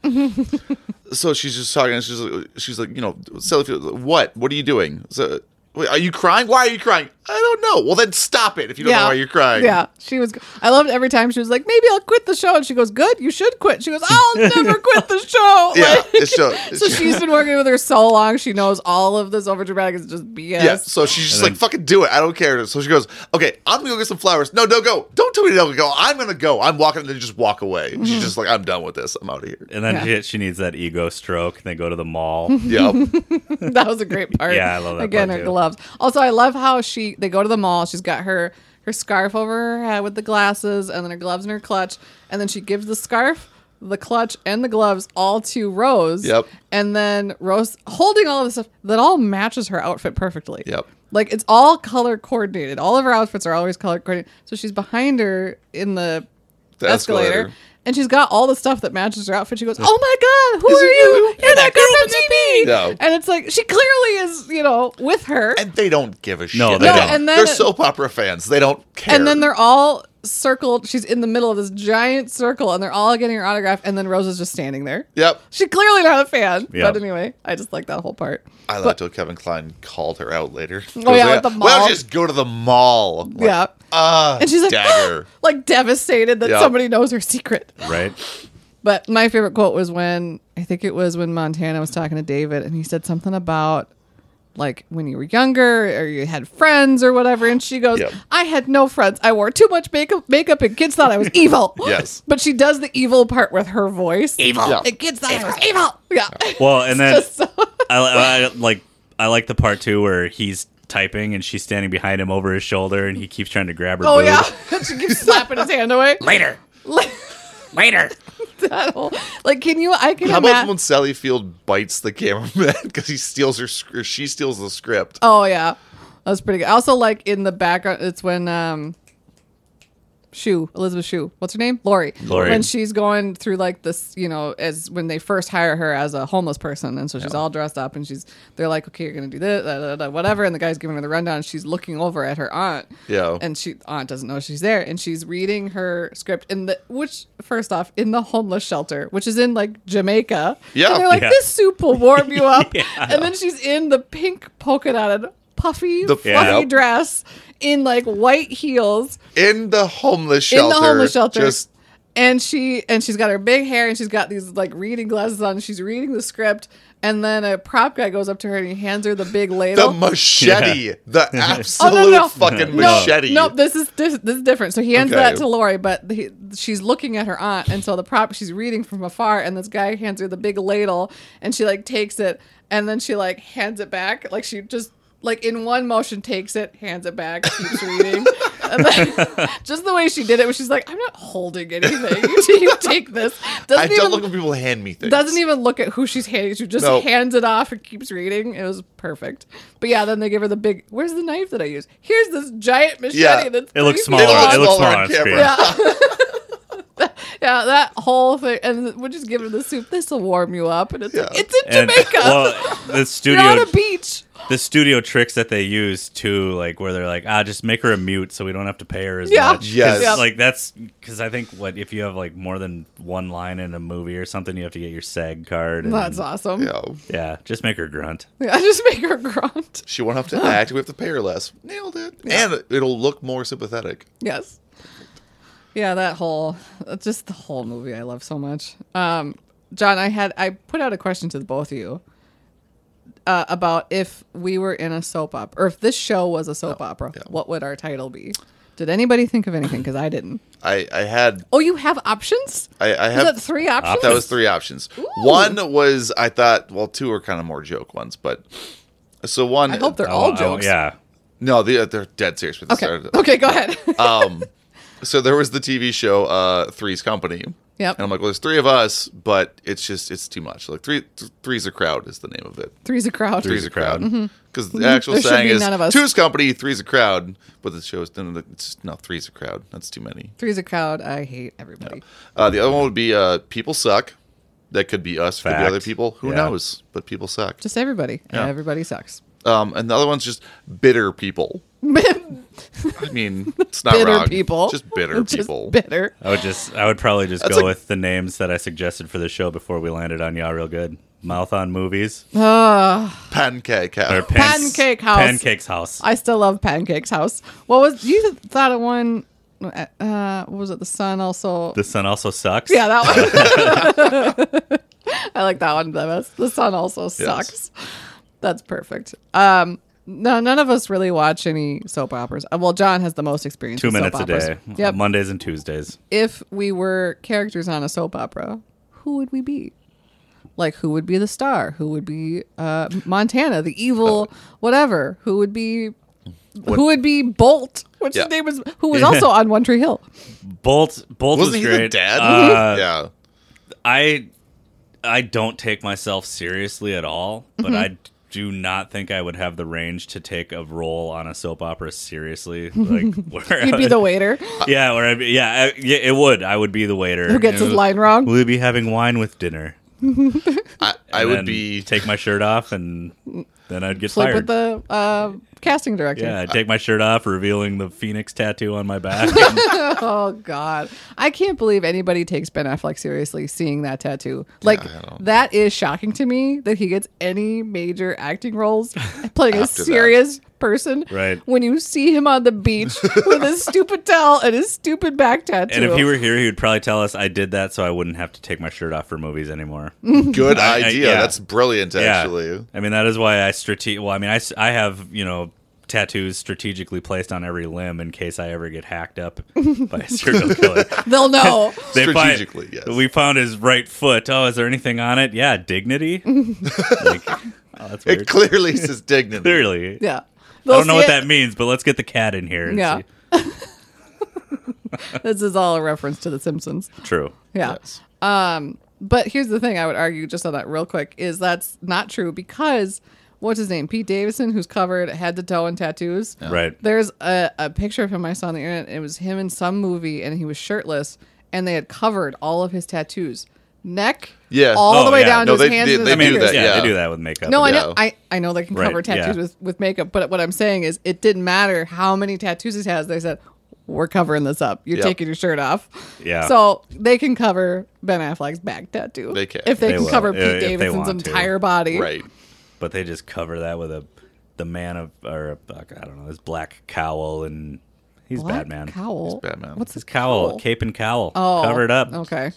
C: so she's just talking. And she's like, she's like, you know, Sally Field, what? What are you doing? So Wait, are you crying? Why are you crying? I don't know. Well, then stop it if you don't know why you're crying.
A: Yeah, she was. I loved every time she was like, "Maybe I'll quit the show," and she goes, "Good, you should quit." She goes,
C: [LAUGHS]
A: "I'll never quit the show."
C: Yeah,
A: Like,
C: it's show-
A: [LAUGHS] so she's been working with her so long, she knows all of this overdramatic is just BS.
C: Yeah, so she's just like, fucking do it. I don't care. So she goes, okay, I'm gonna go get some flowers. No, don't go. Don't tell me to go. I'm gonna go. I'm walking and then just walk away.
A: Mm-hmm.
C: She's just like, I'm done with this. I'm out of here.
B: And then
A: Yeah.
B: she, she needs that ego stroke. They go to
A: [LAUGHS]
B: the mall.
C: Yeah.
A: that was a great part.
B: Yeah, I love that
A: Again,
B: part,
A: her
B: too.
A: gloves. Also, I love how she they go to the mall. She's got her her scarf over her head with the glasses, and then her gloves and her clutch, and then she gives the scarf. The clutch and the gloves all to Rose.
C: Yep.
A: And then Rose holding all of this stuff that all matches her outfit perfectly.
C: Yep.
A: Like it's all color coordinated. All of her outfits are always color coordinated. So she's behind her in the,
C: The
A: escalator.
C: escalator.
A: and she's got all the stuff that matches her outfit. She goes, "Oh my god, who are you? You're that girl from TV."
C: Yeah.
A: And it's like she clearly is, you know, with her. And,
C: and they don't give a shit.
B: No, they No, don't.
A: and then-
C: They're soap opera fans. They don't care.
A: then they're all circled. She's in the middle of this giant circle, and they're all getting her autograph. And then Rose is just standing there.
C: Yep.
A: She clearly not a fan.
B: Yeah.
A: But anyway, I just like that whole part.
C: I love till Kevin Klein called her out later. [LAUGHS]
A: Oh, yeah, at the
C: Well,
A: mall.
C: just go to the mall. Like,
A: yeah.
C: Ah,
A: And she's like, [GASPS]
C: dagger.
A: like devastated that
C: Yeah. Mm.
A: somebody knows her secret.
B: Right?
A: But my favorite quote was when I think it was when Montana was talking to David and he said something about like when you were younger or you had friends or whatever and she goes
C: Yep.
A: I had no friends I wore too much makeup makeup and kids thought I was evil
C: Yes.
A: but she does the evil part with her voice evil
C: Yeah.
A: and kids thought I was evil yeah
B: Well, and then
A: Just so- [LAUGHS]
B: I, I, I like I like the part too where he's typing and she's standing behind him over his shoulder and he keeps trying to grab her.
A: oh
B: boob.
A: yeah [LAUGHS] she keeps slapping his hand away [LAUGHS]
D: Later. Later.
A: That whole- like can you I can
C: How about
A: imagine
C: when Sally Field bites the cameraman [LAUGHS] because he steals her, sc- or she steals the script?
A: Oh yeah, that was pretty good. Also, like in the background, it's when um, Shu Elizabeth Shu, what's her name, Lori.
B: Lori.
A: When she's going through like this, you know, as when they first hire her as a homeless person, and so she's all dressed up, and she's they're like, okay, you're gonna do this, da, da, da, da, whatever, and the guy's giving her the rundown, and she's looking over at her aunt.
C: Yeah.
A: And she aunt doesn't know she's there, and she's reading her script in the which first off in the homeless shelter, which is in like Jamaica.
C: Yeah.
A: And they're like,
B: Yeah.
A: this soup will warm you up, and then she's in the pink polka dotted puffy
C: The-
A: fluffy
B: Yeah.
A: dress in like white heels
C: In the homeless shelter.
A: in the homeless shelter.
C: Just
A: and she and she's got her big hair and she's got these like reading glasses on. She's reading the script, and then a prop guy goes up to her and he hands her the big
C: the
A: ladle.
C: machete. The absolute fucking
A: Oh, No,
C: machete.
A: No, this is this, this is different. So he hands
C: Okay.
A: that to Lori, but he, she's looking at her aunt, and so the prop she's reading from afar, and this guy hands her the big ladle, and she like takes it, and then she like hands it back, like she just like in one motion takes it, hands it back, keeps
C: [LAUGHS]
A: reading. And then, [LAUGHS] just the way she did it, was she's like, "I'm not holding anything. [LAUGHS] You, you take this."
C: I
A: Doesn't
C: don't
A: even
C: like when people hand me things.
A: doesn't even look at who she's handing to, just
C: No.
A: hands it off and keeps reading. It was perfect. But yeah, then they give her the big where's the knife that I use? Here's this giant machete
C: Yeah.
A: that's
B: It looks
A: three
B: smaller.
A: feet
C: It looks
A: long.
B: It looks smaller
C: smaller on
B: on screen. [LAUGHS]
C: camera.
A: yeah. [LAUGHS] yeah, that whole thing and we'll just give her the soup. This'll warm you up. And it's like,
C: Yeah.
A: it's in
B: And,
A: Jamaica. [LAUGHS]
B: well, the
A: You're
B: studio
A: on a beach.
B: the studio tricks that they use too, like where they're like, ah, just make her a mute so we don't have to pay her as
A: Yeah.
B: much. 'Cause,
C: Yes. Yeah.
B: like that's because I think what if you have like more than one line in a movie or something, you have to get your SAG card. And,
A: That's awesome. [LAUGHS] Yeah.
C: Yeah.
B: Yeah, just make her grunt.
A: just make her grunt.
C: She won't have to act. We have to pay her less. Nailed it. And it'll look more sympathetic.
A: Yes. Yeah, that whole that's just the whole movie I love so much. Um, John, I had I put out a question to the both of you uh, about if we were in a soap opera or if this show was a
C: Oh,
A: soap opera, what would our title be? Did anybody think of anything? Because I didn't.
C: I, I had
A: Oh, you have options.
C: I, I
A: Is
C: have
A: that three options?
C: that was three options. One was I thought well two are kind of more joke ones, but so one uh,
A: I hope they're
B: I
A: all
B: want- I want-
A: jokes.
B: yeah.
C: no they, they're dead serious with this.
A: [LAUGHS] Okay. Okay. Go
C: [LAUGHS]
A: ahead.
C: Um, so there was the TV show uh, Three's Company.
A: Yep.
C: And I'm like, well, there's three of us, but it's just it's too much. Like three, th- three's a crowd is the name of it.
A: Three's a crowd.
C: Three's a crowd. Because
A: Mm-hmm.
C: the
A: There
C: actual
A: should
C: saying
A: be
C: is
A: none of us.
C: two's company, three's a crowd. But the show is no, no, it's just- no three's a crowd. That's too many.
A: Three's a crowd. I hate everybody.
C: Uh, the other one would be uh, people suck. That could be us. Could be
B: Fact.
C: other people. Who
B: Yeah.
C: knows? But people suck.
A: Just everybody.
C: Yeah.
A: Everybody sucks.
C: Um, and the other one's just
A: [LAUGHS]
C: bitter people. I mean, it's not
A: bitter
C: wrong.
A: people.
C: Just bitter
A: [LAUGHS] Just
C: people.
A: bitter.
B: I would just I would probably just
C: That's
B: go
C: like-
B: with the names that I suggested for the show before we landed on Yeah Real Good. Mouth on movies.
C: Pancake
B: Or
C: House.
B: Pan-
A: Pancake House.
B: Pancakes House.
A: I still love Pancake's house. What was you thought of one? Uh, what was it? The sun also.
B: the sun also sucks.
A: yeah, that one.
B: [LAUGHS]
A: [LAUGHS] I like that one the best. The sun also sucks. That's perfect. Um, no, none of us really watch any soap operas. Uh, Well, John has the most experience.
B: Two
A: with
B: minutes a
A: soap operas.
B: day.
A: Yep.
B: Mondays and Tuesdays.
A: if we were characters on a soap opera, who would we be? Like, who would be the star? Who would be uh, Montana, the evil, whatever? Who would be? Who would be Bolt? Which
C: Yeah.
A: his name was? Who was also on One Tree Hill?
B: Bolt Bolt
C: Wasn't
B: was
C: he
B: great.
C: the dad?
A: [LAUGHS]
B: Uh,
C: [LAUGHS] yeah.
B: I I don't take myself seriously at all, but
A: Mm-hmm.
B: I do not think I would have the range to take a role on a soap
A: [LAUGHS]
B: opera seriously. Like where
A: He'd be the waiter
B: [LAUGHS] yeah, where I be, yeah, I, yeah, it would. I would be the waiter
A: who gets his
B: And-
A: line wrong.
B: Will you be having wine with dinner?
C: I, I
B: And
C: would
B: then
A: [LAUGHS]
C: be.
B: take my shirt off, and then I'd get
A: Sleep
B: fired.
A: with the uh, casting director.
B: yeah, I'd take my shirt off, revealing the phoenix tattoo on my
A: [LAUGHS]
B: back. And
A: Oh God, I can't believe anybody takes Ben Affleck seriously. Seeing that tattoo, like
C: I don't-
A: that is shocking to me that he gets any major acting roles playing a
C: After that.
A: serious person.
B: Right.
A: When you see him on the beach with
C: [LAUGHS]
A: his stupid towel and his stupid back tattoo,
B: and if he were here, he would probably tell us I did that so I wouldn't have to take my shirt off for
A: [LAUGHS]
B: movies anymore.
C: Good
B: I- I-
C: idea.
B: yeah.
C: That's brilliant,
B: Yeah.
C: actually.
B: I mean, that is why I strate. Well, I mean, I, s- I have, you know, tattoos strategically placed on every limb in case I ever get hacked up by a
C: [LAUGHS]
B: serial killer.
A: they'll
B: [LAUGHS]
A: know.
B: find-
C: Strategically, yes.
B: We found his right foot. Oh, is there anything on it?
A: [LAUGHS]
B: Yeah, dignity. like, oh, that's weird.
C: It clearly
B: [LAUGHS]
C: says dignity.
B: Clearly.
A: yeah,
B: I
A: They'll
B: don't know
A: see
B: what
A: it.
B: that means, but let's get the cat in here. and
A: Yeah.
B: see.
A: This is all a reference to The Simpsons.
B: True.
A: Yeah.
C: Yes.
A: But here's the thing I would argue just on that real quick is that's not true because what's his name? Pete Davidson, who's covered head to toe in tattoos.
B: Right.
A: There's a, a picture of him I saw on the internet. It was him in some movie and he was shirtless and they had covered all of his tattoos. Neck,
C: Yeah.
A: all
B: Oh,
A: the way
B: yeah.
A: down
C: No,
A: to his
C: they-
A: hands
C: they-
A: and
C: they
A: his
B: I mean,
A: fingers.
C: that,
B: yeah,
C: yeah.
B: they do that with makeup.
A: No, I know,
C: Yeah.
A: I, I know they can
B: Right,
A: cover tattoos
B: yeah.
A: with, with makeup, but what I'm saying is it didn't matter how many tattoos he has. They said, we're covering this up. You're
C: Yep.
A: taking your shirt off.
B: Yeah.
A: So they can cover Ben Affleck's back tattoo.
C: They can.
A: If they,
B: They
A: can
B: will,
A: cover
B: i-
A: Pete
B: if they
A: Davidson's
B: want to.
A: entire body.
C: Right.
B: but they just cover that with a the man of or a, I don't know his black cowl and he's
A: Black
B: Batman.
A: Cowl.
C: Batman.
A: What's his
B: His cowl,
A: Cowl.
B: cape and cowl,
A: Oh,
B: covered up.
A: Okay.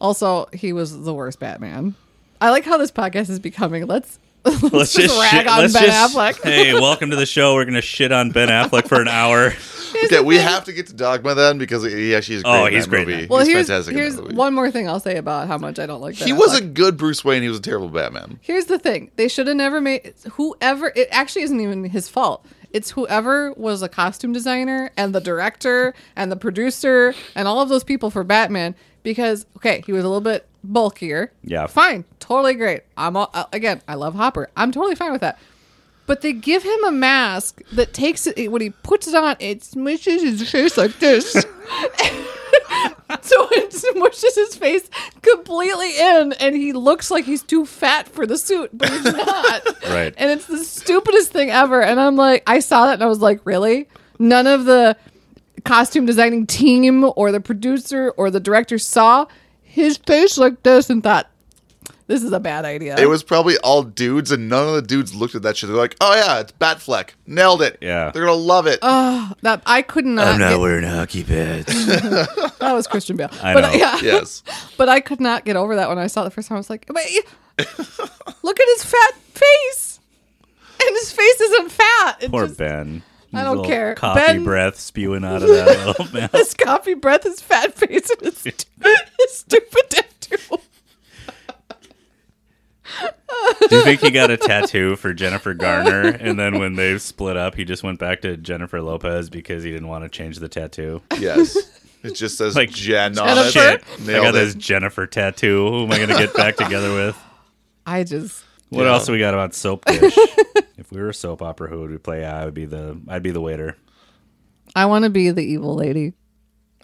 A: Also, he was the worst Batman. I like how this podcast is becoming. Let's [LAUGHS] let's,
B: [LAUGHS] Let's
A: just,
B: just
A: rag
B: shit,
A: on
B: let's
A: Ben
B: just- [LAUGHS]
A: Affleck.
B: hey, welcome to the show. We're gonna shit on Ben Affleck for an [LAUGHS] hour.
C: Okay, we have to get to Dogma then because he actually is great.
B: Oh,
C: in
B: he's
C: that
B: great in
C: Movie.
B: that.
A: well,
C: he's
A: here's
C: fantastic in that
A: here's
C: movie.
A: one more thing I'll say about how much I don't like. Ben
C: He
A: Affleck.
C: was a good Bruce Wayne. He was a terrible Batman.
A: Here's the thing. They should have never made whoever it actually isn't even his fault. It's whoever was a costume designer and the director and the producer and all of those people for Batman because okay, he was a little bit bulkier.
B: Yeah.
A: Fine. Totally great. I'm all, uh, again, I love Hopper. I'm totally fine with that. But they give him a mask that takes it, it when he puts it on, it smushes his face like this. [LAUGHS] So it smushes his face completely in, and he looks like he's too fat for the suit, but he's not.
B: Right.
A: And it's the stupidest thing ever. And I'm like, I saw that and I was like, really? None of the costume designing team or the producer or the director saw his face like this and thought, this is a bad idea.
C: It was probably all dudes, and none of the dudes looked at that shit. They're like, "Oh yeah, it's Batfleck. Nailed it.
B: Yeah.
C: they're gonna love it."
A: Oh. that I could not. get-
B: wearing hockey pads.
A: that was Christian Bale.
B: I know.
A: yeah.
C: yes,
A: [LAUGHS] But I could not get over that when I saw it the first time. I was like, wait, [LAUGHS] look at his fat face. And his face isn't fat. It
B: Poor
A: just-
B: Ben.
A: I
B: His
A: don't
B: little
A: care.
B: Coffee
A: Ben-
B: breath spewing out
A: [LAUGHS]
B: of that little mouth.
A: His coffee breath, his fat face, and
B: [LAUGHS]
A: his, stu- [LAUGHS] his stupid tattoo.
B: Do you think he got a tattoo for Jennifer Garner, and then when they split up, he just went back to Jennifer Lopez because he didn't want to change the tattoo?
A: [LAUGHS]
C: yes. It just says
B: Like,
C: Jen on
A: Jennifer?
C: Oh, it.
B: Shit, I
C: Nailed
B: got this
C: it.
B: Jennifer tattoo. Who am I going to get back together with?
A: I just,
B: What
C: Yeah.
B: else we got about soap dish? if we were a soap opera, who would we play? I would be the I'd be the waiter.
A: I want to be the evil lady.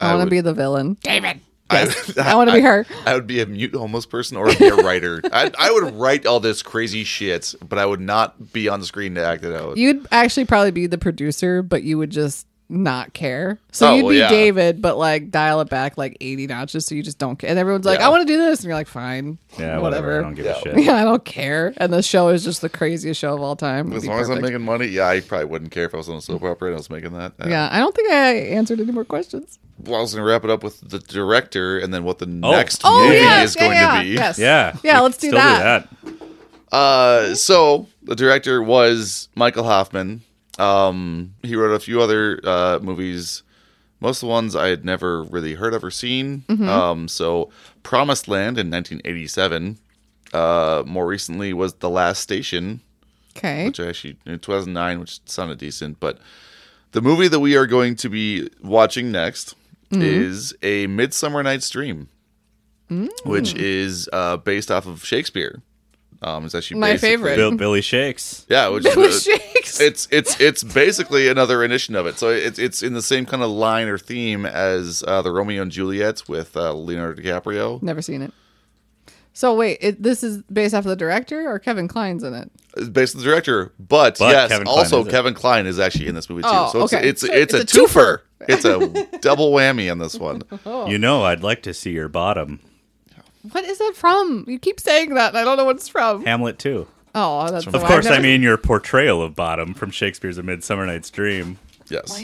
A: I,
C: I
A: want to
C: would-
A: be the villain.
D: David.
C: [LAUGHS]
A: I want to be her.
C: I would be a mute homeless person or be a writer. [LAUGHS] I, I would write all this crazy shit, but I would not be on the screen to act it out.
A: You'd actually probably be the producer, but you would just not care. So
C: Oh,
A: you'd
C: well,
A: be
C: yeah.
A: David, but like dial it back like 80 notches so you just don't care. And everyone's like,
C: Yeah.
A: I want to do this. And you're like, fine.
B: Yeah, whatever. I don't give
C: Yeah.
B: a
A: [LAUGHS]
B: shit.
A: yeah, I don't care. And the show is just the craziest show of all time. It'd
C: As
A: be
C: long as I'm
A: perfect.
C: making money, yeah, I probably wouldn't care if I was on a soap opera and I was making that. Uh,
A: Yeah, I don't think I answered any more questions.
C: Well, I was going to wrap it up with the director and then what the
B: Oh.
C: next
A: Oh,
C: movie
A: yeah.
C: is
A: yeah,
C: going
A: yeah,
C: to be.
A: Yes.
B: Yeah.
A: Yeah,
B: we
A: let's do
B: still
A: that.
B: do that.
C: Uh, so the director was Michael Hoffman. Um, he wrote a few other uh, movies, most of the ones I had never really heard of or seen.
A: Mm-hmm.
C: Um, so Promised Land in 1987. Uh, more recently was The Last Station,
A: Okay.
C: which I actually in 2009, which sounded decent. But the movie that we are going to be watching next
A: Mm-hmm.
C: is A Midsummer Night's Dream,
A: Mm.
C: which is uh, based off of Shakespeare. Um, it's actually
A: My
C: basically-
A: favorite.
B: Bill, Billy Shakes.
A: [LAUGHS]
C: yeah, which
A: With
C: is,
A: shakes.
C: it's it's it's basically another rendition of it. So it's it's in the same kind of line or theme as uh, the Romeo and Juliet with uh, Leonardo DiCaprio.
A: Never seen it. So wait, it, this is based off of the director or Kevin Klein's in it?
C: It's based on the director, but,
B: But
C: yes,
B: Kevin Kline
C: also
B: is it.
C: Kevin Klein is actually in this movie too.
A: Oh,
C: so it's
A: okay.
C: it's,
A: So
C: it's
A: it's
C: a,
A: a
C: twofer.
A: [LAUGHS]
C: It's a double whammy on this one.
A: Oh.
B: You know, I'd like to see your bottom.
A: What is that from? You keep saying that, and I don't know what it's from.
B: Hamlet too.
A: Oh, that's
B: Of course, I mean your portrayal of Bottom from Shakespeare's A Midsummer Night's Dream.
C: Yes,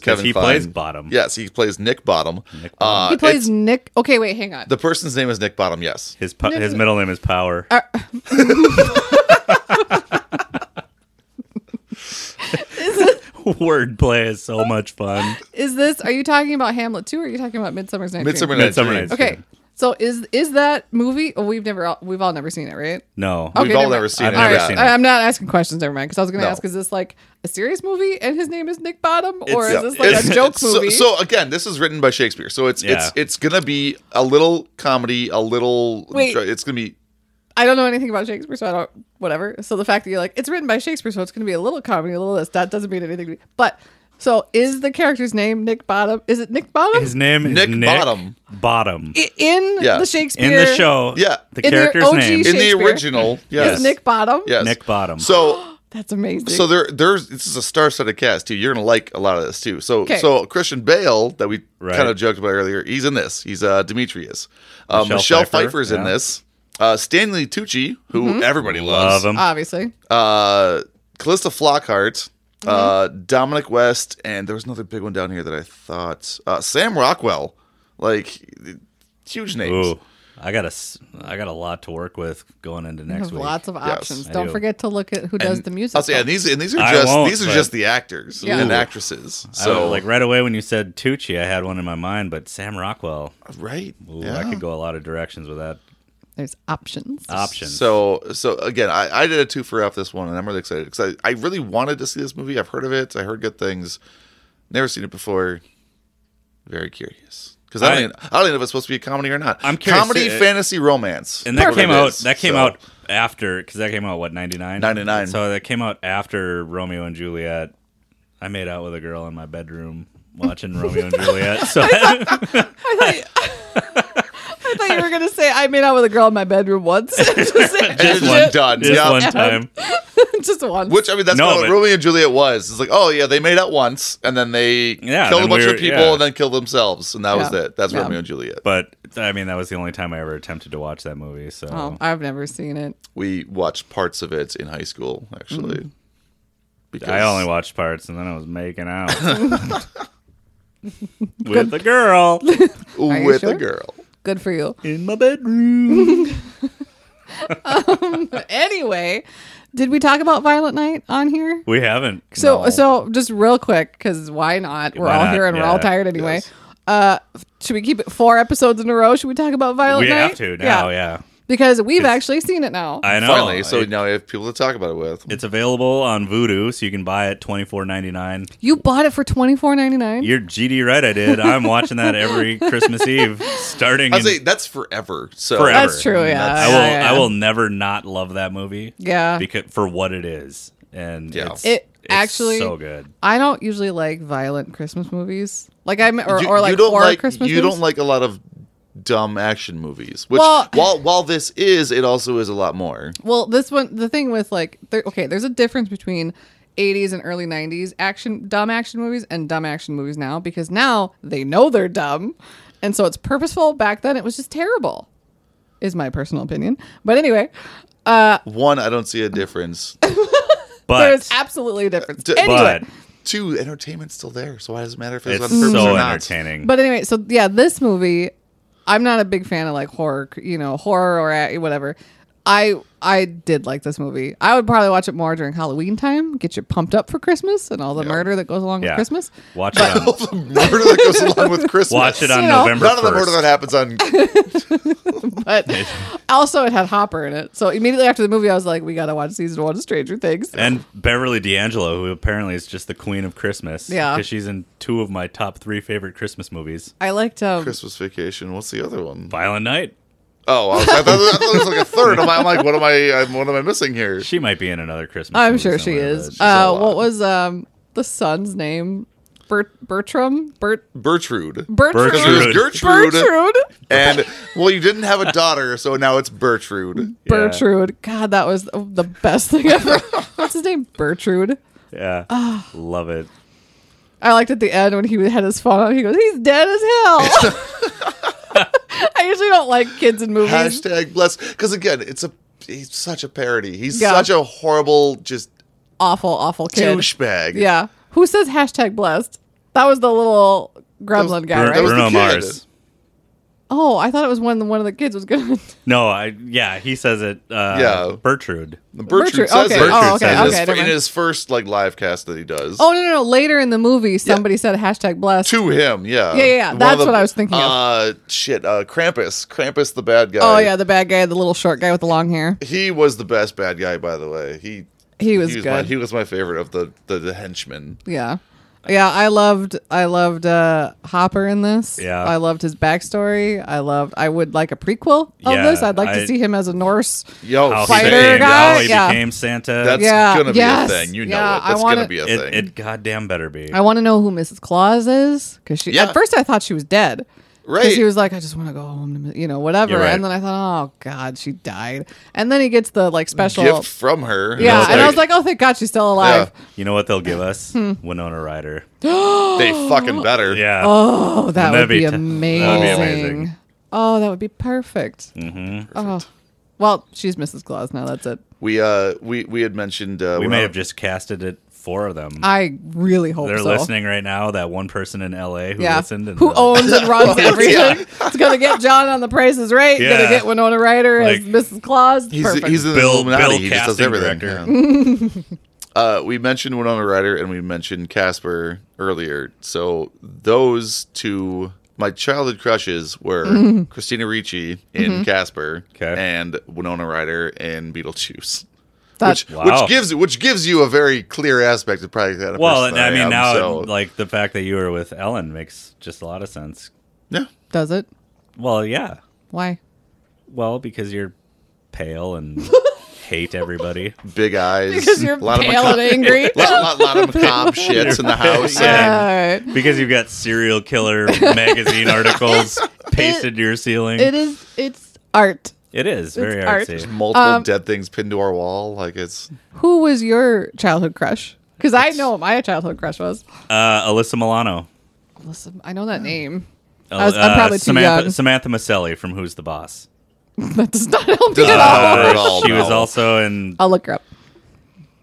B: 'Cause
C: Kevin
B: he
C: Kline-
B: plays Bottom.
C: Yes, he plays Nick Bottom. Uh,
A: he plays
C: it's-
A: Nick. Okay, wait, hang on.
C: the person's name is Nick Bottom. Yes,
B: His pu- his middle name is Power.
A: Uh, [LAUGHS]
B: [LAUGHS] Wordplay is so much fun.
A: Is this? Are you talking about Hamlet too, or are you talking about Midsummer's Night? Dream?
C: Midsummer Night's
B: Midsummer
C: Dream.
B: Night's
A: Okay, so is is that movie? Oh, we've never all, we've all never seen it, right?
B: No,
A: Okay.
C: We've all
A: never
C: never
A: mind.
C: seen
B: I've
C: it.
B: never
C: yeah.
B: seen it.
A: I, I'm not asking questions. Never mind. Because I was going to
C: No.
A: ask: Is this like a serious movie, and his name is Nick Bottom, or
B: It's-
A: is this like
C: It's-
A: a joke
C: it's- so-
A: movie?
C: So, again, this is written by Shakespeare. So it's it's
B: Yeah.
C: it's gonna be a little comedy, a little.
A: Wait.
C: It's gonna be
A: I don't know anything about Shakespeare, so I don't. Whatever. So the fact that you're like, it's written by Shakespeare, so it's going to be a little comedy, a little this. That doesn't mean anything to me. But so is the character's name Nick Bottom? Is it Nick Bottom?
B: His name is
C: Nick
B: Nick,
C: Bottom.
B: Bottom.
A: I- in
C: Yeah.
A: the Shakespeare
B: In the show,
C: Yeah.
B: the
A: In their
B: character's
A: OG
B: name
A: shit.
C: in the
A: Shakespeare.
C: original. Yes,
A: is Nick Bottom.
C: Yes.
B: Nick Bottom.
C: So
A: that's amazing.
C: so there there's this is a star-studded cast too. You're gonna like a lot of this too. So
A: 'Kay.
C: so Christian Bale that we
B: Right.
C: kind of joked about earlier. He's in this. He's uh, Demetrius. Uh, Michelle,
B: Michelle Pfeiffer,
C: Pfeiffer's in
B: yeah.
C: this. Uh, Stanley Tucci, who
A: Mm-hmm.
C: everybody
B: love
C: loves.
B: him.
A: obviously.
C: Uh, Callista Flockhart. Uh,
A: Mm-hmm.
C: Dominic West, and there was another big one down here that I thought uh, Sam Rockwell, like huge names.
B: Ooh, I got a s- I got a lot to work with going into
A: We
B: next
A: have
B: week.
A: lots of options.
B: I
A: Don't
B: do.
A: forget to look at who does the music.
C: I'll say,
A: though.
C: and these and these are
B: I
C: just
B: won't,
C: these are
B: but-
C: just the actors
A: Yeah.
C: and
A: Ooh.
C: actresses.
B: So
C: So
B: like right away when you said Tucci, I had one in my mind, but Sam Rockwell.
C: right,
B: Ooh, I could go a lot of directions with that
A: There's options.
B: option.
C: So so again, I, I did a two for off this one, and I'm really excited because I, I really wanted to see this movie. I've heard of it. I heard good things. Never seen it before. Very curious because I,
B: I-
C: don't even, I don't even know if it's supposed to be a comedy or not.
B: I'm curious
C: Comedy,
B: to-
C: fantasy, romance,
B: and that
A: Perfect.
B: came out that came out after because that came out what 99?
C: 99.
B: So that came out after Romeo and Juliet. I made out with a girl in my bedroom
C: [LAUGHS]
B: watching Romeo and Juliet. So
A: I thought you, I thought you were going to say I made out with a girl in my bedroom once. [LAUGHS] just,
C: Just
A: just,
C: one done.
B: just
C: Yeah.
B: one time.
A: [LAUGHS] just once.
C: Which I mean, that's
B: No,
C: what
B: but-
C: Romeo and Juliet was. It's like, oh yeah, they made out once, and then they
B: Yeah,
C: killed a
B: then
C: bunch
B: we
C: of
B: were-
C: people,
B: yeah.
C: and then killed themselves, and that was
A: Yeah.
C: it. That's
A: Yeah.
C: Romeo and Juliet.
B: But I mean that was the only time I ever attempted to watch that movie. So
A: Oh, I've never seen it.
C: We watched parts of it in high school, actually.
A: Mm-hmm.
C: Because
B: I only watched parts and then I was making
C: [LAUGHS]
B: out. With a girl
A: you
C: with a
A: sure?
C: girl.
A: Good for you.
B: in my bedroom.
A: anyway, did we talk about Violent Night on here?
B: We haven't.
A: So,
B: no.
A: so just real quick, because why not? We're
B: Why
A: all
B: not?
A: here and we're all
B: Yeah.
A: tired anyway.
C: Yes.
A: Uh, should we keep it four episodes in a row? Should we talk about Violent
B: we
A: Night?
B: have to now. Yeah,
A: because we've
B: 'Cause-
A: actually seen it now.
B: I know.
C: Finally, so
B: It-
C: now we have people to talk about it with.
B: it's available on Vudu, so you can buy it twenty four ninety nine.
A: you bought it for twenty four ninety nine.
B: You're GD right. I did. I'm watching
A: [LAUGHS]
B: that every Christmas Eve, starting.
C: I
B: in-
C: say that's forever. So
B: Forever.
A: That's true. Yeah,
C: That's-
B: I will.
A: yeah, yeah.
B: I will never not love that movie.
A: Yeah.
B: because for what it is, and
C: Yeah.
B: it's,
A: It
B: it's
A: actually-
B: so good.
A: I don't usually like violent Christmas movies. Like I'm, or,
C: You-
A: or
C: you
A: like
C: don't
A: horror
C: like-
A: Christmas.
C: You
A: movies.
C: don't like a lot of dumb action movies. Which
A: Well- [LAUGHS]
C: while while this is, it also is a lot more.
A: Well, this one, the thing with like, there, okay, there's a difference between 80s and early 90s action dumb action movies and dumb action movies now because now they know they're dumb and so it's purposeful back then it was just terrible is my personal opinion but anyway
C: One, I don't see a difference.
B: But
A: there's absolutely a difference
C: D-
A: anyway
B: but
C: Two, entertainment's still there, so why does it matter if it's,
B: it's
C: on purpose
B: so
C: or not?
B: entertaining.
A: But anyway, so yeah, this movie, I'm not a big fan of like horror, you know, horror or a- whatever. I I did like this movie. I would probably watch it more during Halloween time, get you pumped up for Christmas and all the murder that goes along
B: yeah.
A: with Christmas.
B: Watch it. On,
C: the [LAUGHS] murder that goes
B: [LAUGHS]
C: along with Christmas.
B: watch it on
A: You know.
B: November.
C: None of the
B: 1st.
C: murder that happens on.
A: But [LAUGHS] also, it had Hopper in it. So immediately after the movie, I was like, we got to watch season one of Stranger Things.
B: And Beverly D'Angelo, who apparently is just the queen of Christmas.
A: Yeah.
B: Because she's in two of my top three favorite Christmas movies
A: I liked um,
C: Christmas Vacation. What's the other one?
B: Violent Night.
C: Oh, I, was, I, thought, I thought it was like a third. I'm, I'm like, what am I? I'm, what am I missing here?
B: She might be in another Christmas
A: I'm
B: movie
A: sure she
B: somewhere,
A: is.
B: but-
A: Uh,
C: lot.
A: what was um, the son's name? Bert, Bertram? Bert,
C: Bertrude.
A: Bertrude.
C: Because it was
B: Bertrude.
C: Gertrude.
A: Bertrude.
C: And
A: [LAUGHS]
C: well, you didn't have a daughter, so now it's Bertrude.
A: Mm-hmm.
B: Yeah.
A: Bertrude. God, that was the best thing ever. What's his name? Bertrude.
B: yeah.
A: ah.
B: Love it.
A: I liked at the end when he had his phone on. He goes, "He's dead as hell." [LAUGHS] I usually don't like kids in movies.
C: Hashtag bless. Because again, it's a he's such a parody. He's
A: Yeah.
C: such a horrible just
A: awful, awful kid.
C: douchebag.
A: Yeah. Who says hashtag blessed? That was the little gremlin guy,
B: Bru-
A: right?
C: that was-
B: Bruno
C: the kid.
B: Mars.
A: oh, I thought it was when one of the kids was gonna. [LAUGHS]
B: No, I yeah, he says it. Uh,
C: Yeah.
B: Bertrude.
C: Bertrude,
A: Bertrude,
C: says
A: okay.
C: it.
B: Oh, okay,
C: in, his,
A: okay, never
C: in
A: mind.
C: his first like live cast that he does.
A: Oh no, no, no! Later in the movie, somebody said hashtag blessed.
C: To him, yeah.
A: Yeah, yeah, yeah.
C: One of
A: That's what I was thinking of.
C: Uh, shit, uh, Krampus. Krampus, the bad guy.
A: Oh yeah, the bad guy, the little short guy with the long hair.
C: He was the best bad guy, by the way. He
A: He was
C: My,
A: good.
C: he was my favorite of the the, the henchmen.
A: Yeah. Yeah, I loved I loved uh Hopper in this.
B: Yeah.
A: I loved his backstory. I loved I would like a prequel of
B: Yeah,
A: this. I'd like
B: I-
A: to see him as a Norse.
C: Yo,
B: How
A: Fighter
B: he became,
A: guy?
B: How he
A: Yeah.
B: became Santa.
C: Oh, That's
A: Yeah,
C: gonna be
A: yes,
C: a thing. You know
A: yeah,
C: it.
A: I
C: That's
A: want
C: gonna
A: it-
C: be a
B: it,
C: thing.
B: it goddamn better be.
A: I want to know who Mrs. Claus is cuz she
C: Yeah.
A: at first I thought she was dead. 'Cause
C: Right.
A: he was like, I just want to go home to, mi-" you know, whatever.
B: You're right.
A: And then I thought, oh God, she died. And then he gets the like special,
C: Gift from her.
A: yeah.
B: was
A: and I
B: like-
A: was like, oh, thank God, she's still alive.
B: you know what
A: [LAUGHS]
B: they'll give us?
A: Hmm.
B: Winona Ryder.
C: Yeah, they fucking better.
B: Yeah.
A: Oh, that
B: That'd
A: would be,
B: be t- that'd
A: amazing.
B: be amazing.
A: Oh, that would be perfect. Mm-hmm. Oh, well, she's Mrs. Claus now. That's it.
C: We uh we we had mentioned uh
B: we
C: we're
B: may
C: not-
B: have just casted it for them.
A: I really hope
B: They're
A: so.
B: listening right now. That one person in L.A. who
A: Yeah,
B: listened and
A: who
B: they're like,
A: owns
C: [LAUGHS]
A: and runs everything? It's gonna get John on the prices right. It's
B: Yeah.
A: Gonna get Winona Ryder as
B: Like-
A: Mrs. Claus.
C: He's
A: Perfect.
C: he's in the
B: Bill-
C: Illuminati.
B: Bill
C: he just does
B: casting
C: everything. yeah. uh, we mentioned Winona Ryder and we mentioned Casper earlier. So those two, my childhood crushes were
A: [LAUGHS]
C: Christina Ricci in
A: Mm-hmm.
C: Casper
B: 'Kay.
C: and Winona Ryder in Beetlejuice.
A: That-
C: Which,
B: Wow.
C: which gives which gives you a very clear aspect of probably that.
B: Well,
C: person
B: and I mean,
C: am,
B: now
C: so-
B: like the fact that you were with Ellen makes just a lot of sense.
C: yeah,
A: does it.
B: Well, yeah.
A: [LAUGHS] Why?
B: Well, because you're pale and [LAUGHS] hate everybody.
C: big eyes,
A: [LAUGHS] Because you're
C: [LAUGHS] a lot
A: pale
C: of
A: and angry.
C: macabre, lot, lot, lot
B: [LAUGHS]
C: of macabre shits in the house.
B: Yeah.
C: and-
A: All right.
B: Because you've got
A: [LAUGHS]
B: serial killer magazine articles pasted to your ceiling.
A: It is. It's art.
B: it is very
A: art.
B: artsy.
C: multiple
A: Um,
C: dead things pinned to our wall. Like
A: [LAUGHS]
C: it's
A: Who was your childhood crush? Because I know what my childhood crush was.
B: Uh, Alyssa Milano.
A: Listen, I know that name.
C: Oh,
B: Uh,
A: I was, I'm probably too
B: Samantha,
A: young.
B: Samantha Maselli from Who's the Boss.
A: [LAUGHS] That does not help me
C: Does
A: at
C: not
A: all.
C: help.
A: [LAUGHS]
B: Uh,
C: at all,
B: she was
C: no.
B: also in
A: I'll look her up.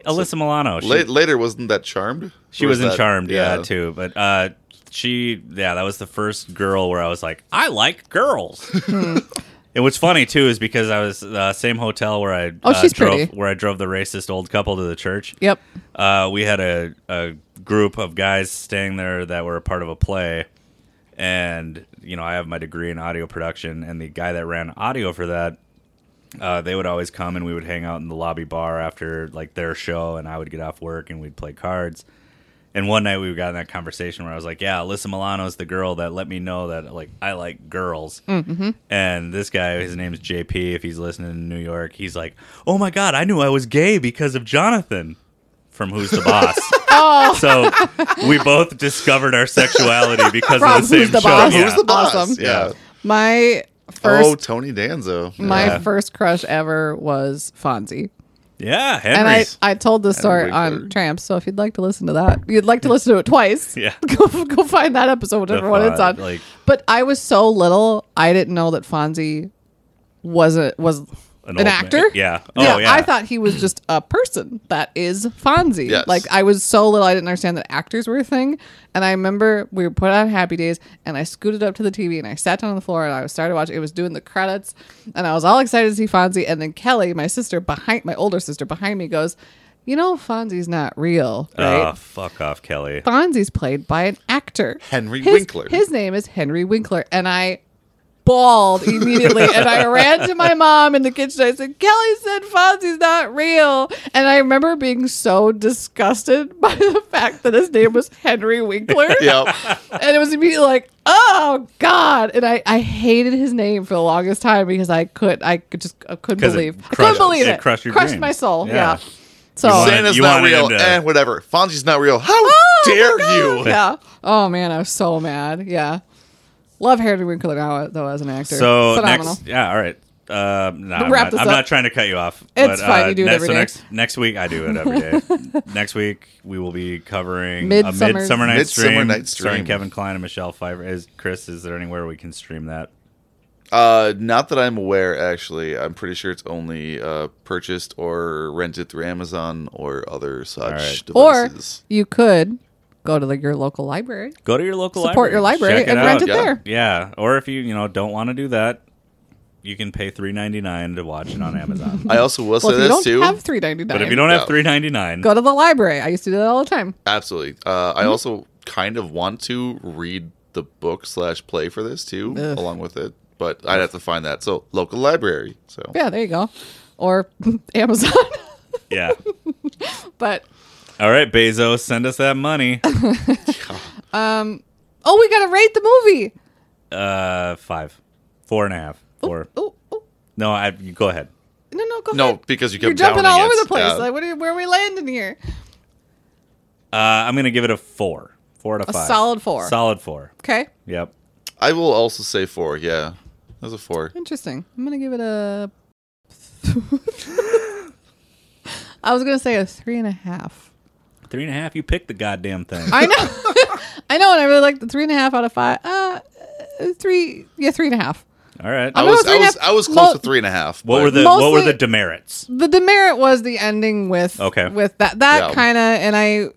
B: Alyssa Milano. She,
C: La- later wasn't that charmed?
B: she
C: Or
B: was in
C: that-
B: Charmed, yeah, too. But uh, she, yeah, that was the first girl where I was like, I like girls. and what's funny too is because I was uh, same hotel where I
A: Oh,
B: uh,
A: she's
B: drove
A: pretty.
B: where I drove the racist old couple to the church.
C: [LAUGHS]
A: Yep.
B: uh, we had a, a group of guys staying there that were a part of a play. And, you know, I have my degree in audio production, and the guy that ran audio for that, uh, they would always come and we would hang out in the lobby bar after like their show, and I would get off work and we'd play cards. And one night we got in that conversation where I was like, "Yeah, Alyssa Milano's the girl that let me know that like I like girls." Mm-hmm. And this guy, his name's JP. If he's listening in New York, he's like, "Oh my god, I knew I was gay because of Jonathan from Who's the Boss." [LAUGHS] oh, so we both discovered our sexuality because
A: From
B: of the
A: Who's
B: same
A: the
B: show.
A: Boss?
B: Yeah.
C: Who's the boss?
A: Awesome.
C: Yeah.
B: Yeah.
A: My
C: Oh,
A: first
C: Tony Danzo.
A: my
C: Oh, Yeah.
A: first crush ever was Fonzie.
B: Yeah,
A: And I,
B: Henry's.
A: I told this story
C: Winkler.
A: on Tramps, so if you'd like to listen to that, you'd like to listen to it twice.
B: Yeah.
A: [LAUGHS] go go find that episode, whatever one it's on.
B: Fon- like-
A: but I was so little, I didn't know that Fonzie was a was an,
B: old man.
A: actor.
B: Yeah. Oh, yeah.
A: I thought he was just a person. That is Fonzie.
C: Yes.
A: Like I was so little, I didn't understand that actors were a thing. And I remember we were put on Happy Days, and I scooted up to the TV and I sat down on the floor and I started watching. It was doing the credits, and I was all excited to see Fonzie. And then Kelly, my sister behind, my older sister behind me, goes, "You know, Fonzie's not real, right?
B: Oh, fuck off, Kelly.
A: Fonzie's played by an actor,
C: Henry
A: His-
C: Winkler.
A: His name is Henry Winkler, and I bawled immediately. and I ran to my mom in the kitchen. I said, "Kelly said Fonzie's not real," and I remember being so disgusted [LAUGHS] by the fact that his name was Henry
B: [LAUGHS]
A: Winkler. [LAUGHS]
C: Yep.
A: And it was immediately like, "Oh God!" And I, I hated his name for the longest time because I could I could just I couldn't
B: 'Cause it
A: believe I
B: crushed-
A: couldn't believe
B: it
A: it.
B: crushed your
A: crushed
B: dreams.
A: my soul.
B: Yeah.
A: Yeah. So
B: wanted-
C: Santa's
B: you
C: not
B: wanted
C: real.
B: him to-
C: Eh, whatever. Fonzie's not real. How
A: Oh, my
C: dare
A: God,
C: you?
A: [LAUGHS] Yeah. Oh man, I was so mad. Yeah. Love Harry Winkler now though as an actor.
B: So
A: phenomenal.
B: next, yeah, all right. Um, no, I'm,
A: Wrap
B: not,
A: this
B: I'm
A: up.
B: not trying to cut you off.
A: It's fine,
B: uh,
A: you do it
B: next,
A: every
B: so
A: day.
B: next next week, I do it every
A: [LAUGHS]
B: day. next week, we will be covering a
A: Midsummer's-
B: Midsummer Night's
C: Midsummer
B: Dream,
C: Night's
B: starring
C: Dream.
B: Kevin Klein and Michelle Pfeiffer. Is Chris? Is there anywhere we can stream that?
C: Uh, not that I'm aware, actually. I'm pretty sure it's only uh, purchased or rented through Amazon or other such
B: right.
A: Or
C: devices.
A: you could go to the, your local library.
B: Go to your local
A: Support your library
B: Check
A: and rent it
C: yeah.
A: there.
B: Yeah, or if you you know don't want to do that, you can pay three ninety nine to watch it on
A: [LAUGHS]
B: Amazon.
C: I also will
A: Well,
C: say
A: if you
C: this
A: don't
C: too.
A: have three ninety nine,
B: but if you don't
C: Yeah.
B: have three ninety nine,
A: go to the library. I used to do that all the time.
C: Absolutely. Uh,
A: Mm-hmm.
C: I also kind of want to read the book slash play for this too,
A: Ugh.
C: along with it. But I'd have to find that. So local library. So
A: Yeah, there you go. Or [LAUGHS] Amazon.
B: yeah.
A: but
B: All right, Bezos, send us
A: [LAUGHS]
B: that money.
A: oh, we gotta rate the movie.
B: Uh, five, four and a half, four.
A: Oh, oh
B: No, I you go ahead.
A: no, no, go
C: no,
A: ahead.
C: because you kept
A: You're jumping
C: downing
A: all
C: it.
A: over the place.
C: Yeah.
A: Like, what are, where are we landing here?
B: Uh, I'm gonna give it a four, four out of
A: A
B: five.
A: solid four.
B: Solid four.
A: Okay,
B: Yep.
C: I will also say four. Yeah, that was a four.
A: interesting. I'm gonna give it a. [LAUGHS] I was gonna say a three and a half.
B: Three and a half. You picked the
A: [LAUGHS]
B: goddamn thing.
A: I know, I know, and I really like the three and a half out of five. Uh, uh, three, yeah, three and a half.
B: All right.
C: I
A: gonna
C: was
A: go three and a
C: I was
A: half.
C: I was close
A: Well-
C: to three and a half.
B: what
C: but-
B: were the what were
A: Mostly-
B: the demerits?
A: the demerit was the ending with
B: Okay.
A: with that that
C: Yeah.
A: kind of and I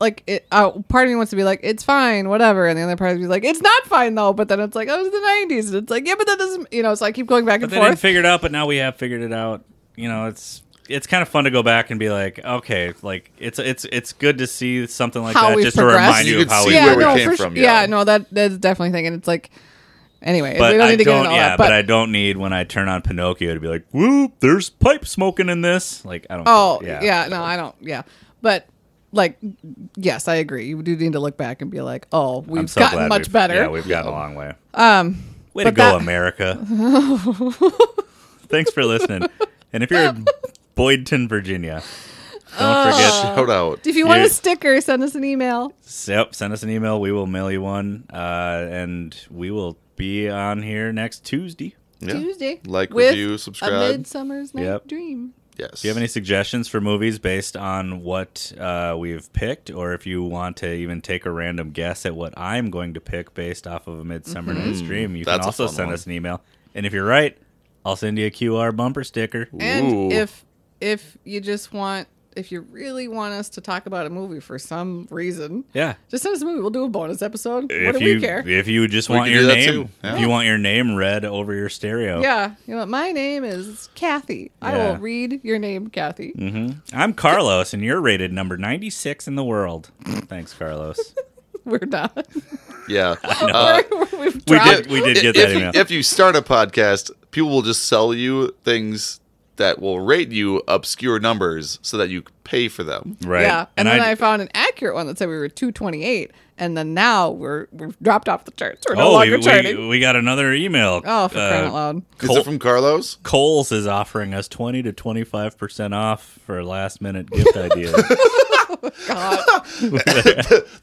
A: like it. Uh, part of me wants to be like it's fine, whatever, and the other part of me is like it's not fine though. But then it's like oh, it's the nineties, and it's like yeah, but that doesn't you know. So I keep going back and
B: They didn't
A: forth.
B: figure it out, but now we have figured it out. You know, it's it's kind of fun to go back and be like, okay, like it's it's it's good to see something like
A: How
B: that
A: we've
B: just to
A: progressed.
B: remind Oh, you,
C: You
B: of
C: could
B: how
C: see
B: we.
A: yeah,
C: where we
A: no,
C: came
A: for
C: from,
A: sure. Yeah.
C: yeah.
A: no, that that's definitely a thing, and it's like anyway,
B: But
A: we don't
B: I
A: need to get
B: don't,
A: into all
B: yeah.
A: that.
B: but I don't need when I turn on Pinocchio to be like, "Whoop, there's pipe smoking in this." Like I don't.
A: Oh,
B: care.
A: yeah. no, I don't. Yeah. But like, yes, I agree. You do need to look back and be like, oh,
B: I'm
A: we've
B: so
A: gotten
B: glad
A: much
B: we've-
A: better.
B: Yeah, we've gotten a long way. Um, way to
A: but
B: go,
A: that- [LAUGHS]
B: America. Thanks for listening. And if
A: [LAUGHS]
B: you're in Boydton, Virginia, don't [LAUGHS] forget.
C: shout out?
A: if you want
B: Yeah.
A: a sticker, send us an email.
B: Yep, send us an email. We will mail you one, uh, and we will be on here next Tuesday.
C: Yeah.
A: Tuesday.
C: Like,
A: with
C: review,
A: A
C: subscribe.
A: Midsummer's Night
B: Yep.
A: Dream.
C: Yes.
B: Do you have any suggestions for movies based on what uh, we've picked, or if you want to even take a random guess at what I'm going to pick based off of a Midsummer Night's Dream, you can
C: Mm-hmm. That's a
B: also
C: fun
B: send
C: one.
B: us an email. And if you're right, I'll send you a QR bumper sticker.
A: And
C: Ooh.
A: if if you just want, if you really want us to talk about a movie for some reason,
B: Yeah.
A: just send us a movie. We'll do a bonus episode.
B: If
A: what do
B: you
A: we care?
B: if you just want
C: can
B: your
C: do that
B: name,
C: too. Yeah.
B: if you want your name read over your stereo,
A: Yeah. You know, what? my name is Kathy. I
B: Oh. Yeah. Mm-hmm.
A: will read your name, Kathy.
B: I'm Carlos, and you're rated number 96 in the world. Thanks, Carlos.
A: [LAUGHS] We're done.
B: [LAUGHS]
C: Yeah. Uh,
A: We're- [LAUGHS] we've
B: we
A: dropped-
B: did we did get
C: if
B: that
C: you-
B: email.
C: if you start a podcast, people will just sell you things that will rate you obscure numbers so that you pay for them.
B: Right.
A: Yeah, and, then I,
B: I
A: found an accurate one that said we were 228, and then now we're we've dropped off the charts. We're no
B: oh, we,
A: longer
B: we,
A: charting.
B: we got another email.
A: oh, for
B: Uh,
A: crying out loud!
C: Is it from Carlos?
A: [LAUGHS]
B: Coles is offering us 20 to 25% off for last minute gift ideas.
A: God.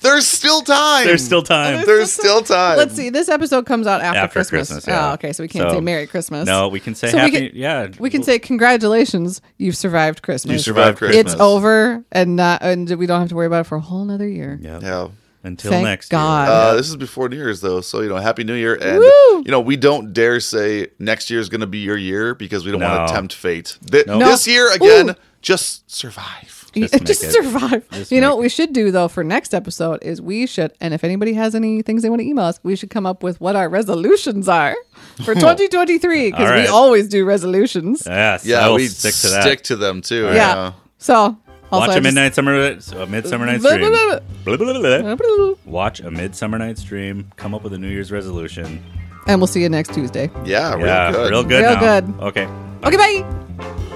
C: There's still time.
B: There's still time.
C: There's still time.
A: Let's see. This episode comes out after,
B: uh, After
A: Christmas.
B: Christmas, yeah.
A: Oh, okay. So we can't
B: So-
A: say Merry Christmas.
B: No, we can say
A: So we
B: happy.
A: can-
B: yeah,
A: We can say congratulations. You've survived Christmas.
C: You survived
B: It's
C: Christmas.
A: It's over, and not, and we don't have to worry about it for a whole another year.
B: Yeah.
C: Yeah.
B: Until
A: Thank
B: next
A: God.
B: year.
C: Uh, this is before New Year's though, so you know, Happy New Year, and
A: Woo!
C: you know we don't dare say next year is going to be your year because we don't want
B: No.
C: to tempt fate. Th-
B: No.
C: This year again, just survive.
A: [LAUGHS] You-
B: Just
A: Just,
B: make it.
A: survive.
B: Just
A: you know
B: make
A: what we should do though for next episode is we should, and if anybody has any things they want to email us, we should come up with what our resolutions are for
B: [LAUGHS]
A: 2023 because
B: All
A: we
B: right.
A: always do resolutions.
B: yes.
C: Yeah,
B: I will
C: we
B: stick to that.
C: stick to them too.
A: yeah. So also
B: Watch
A: I
B: a
A: just-
B: midnight summer, uh, midsummer night's
A: Blah,
B: dream.
A: blah,
B: Blah, blah, blah, blah. Watch a midsummer night's dream. Come up with a New Year's resolution.
A: [LAUGHS] and we'll see you next Tuesday.
C: yeah, yeah,
B: yeah,
C: real good.
B: real good.
A: Real
B: now.
A: good.
B: Okay.
A: Okay, bye.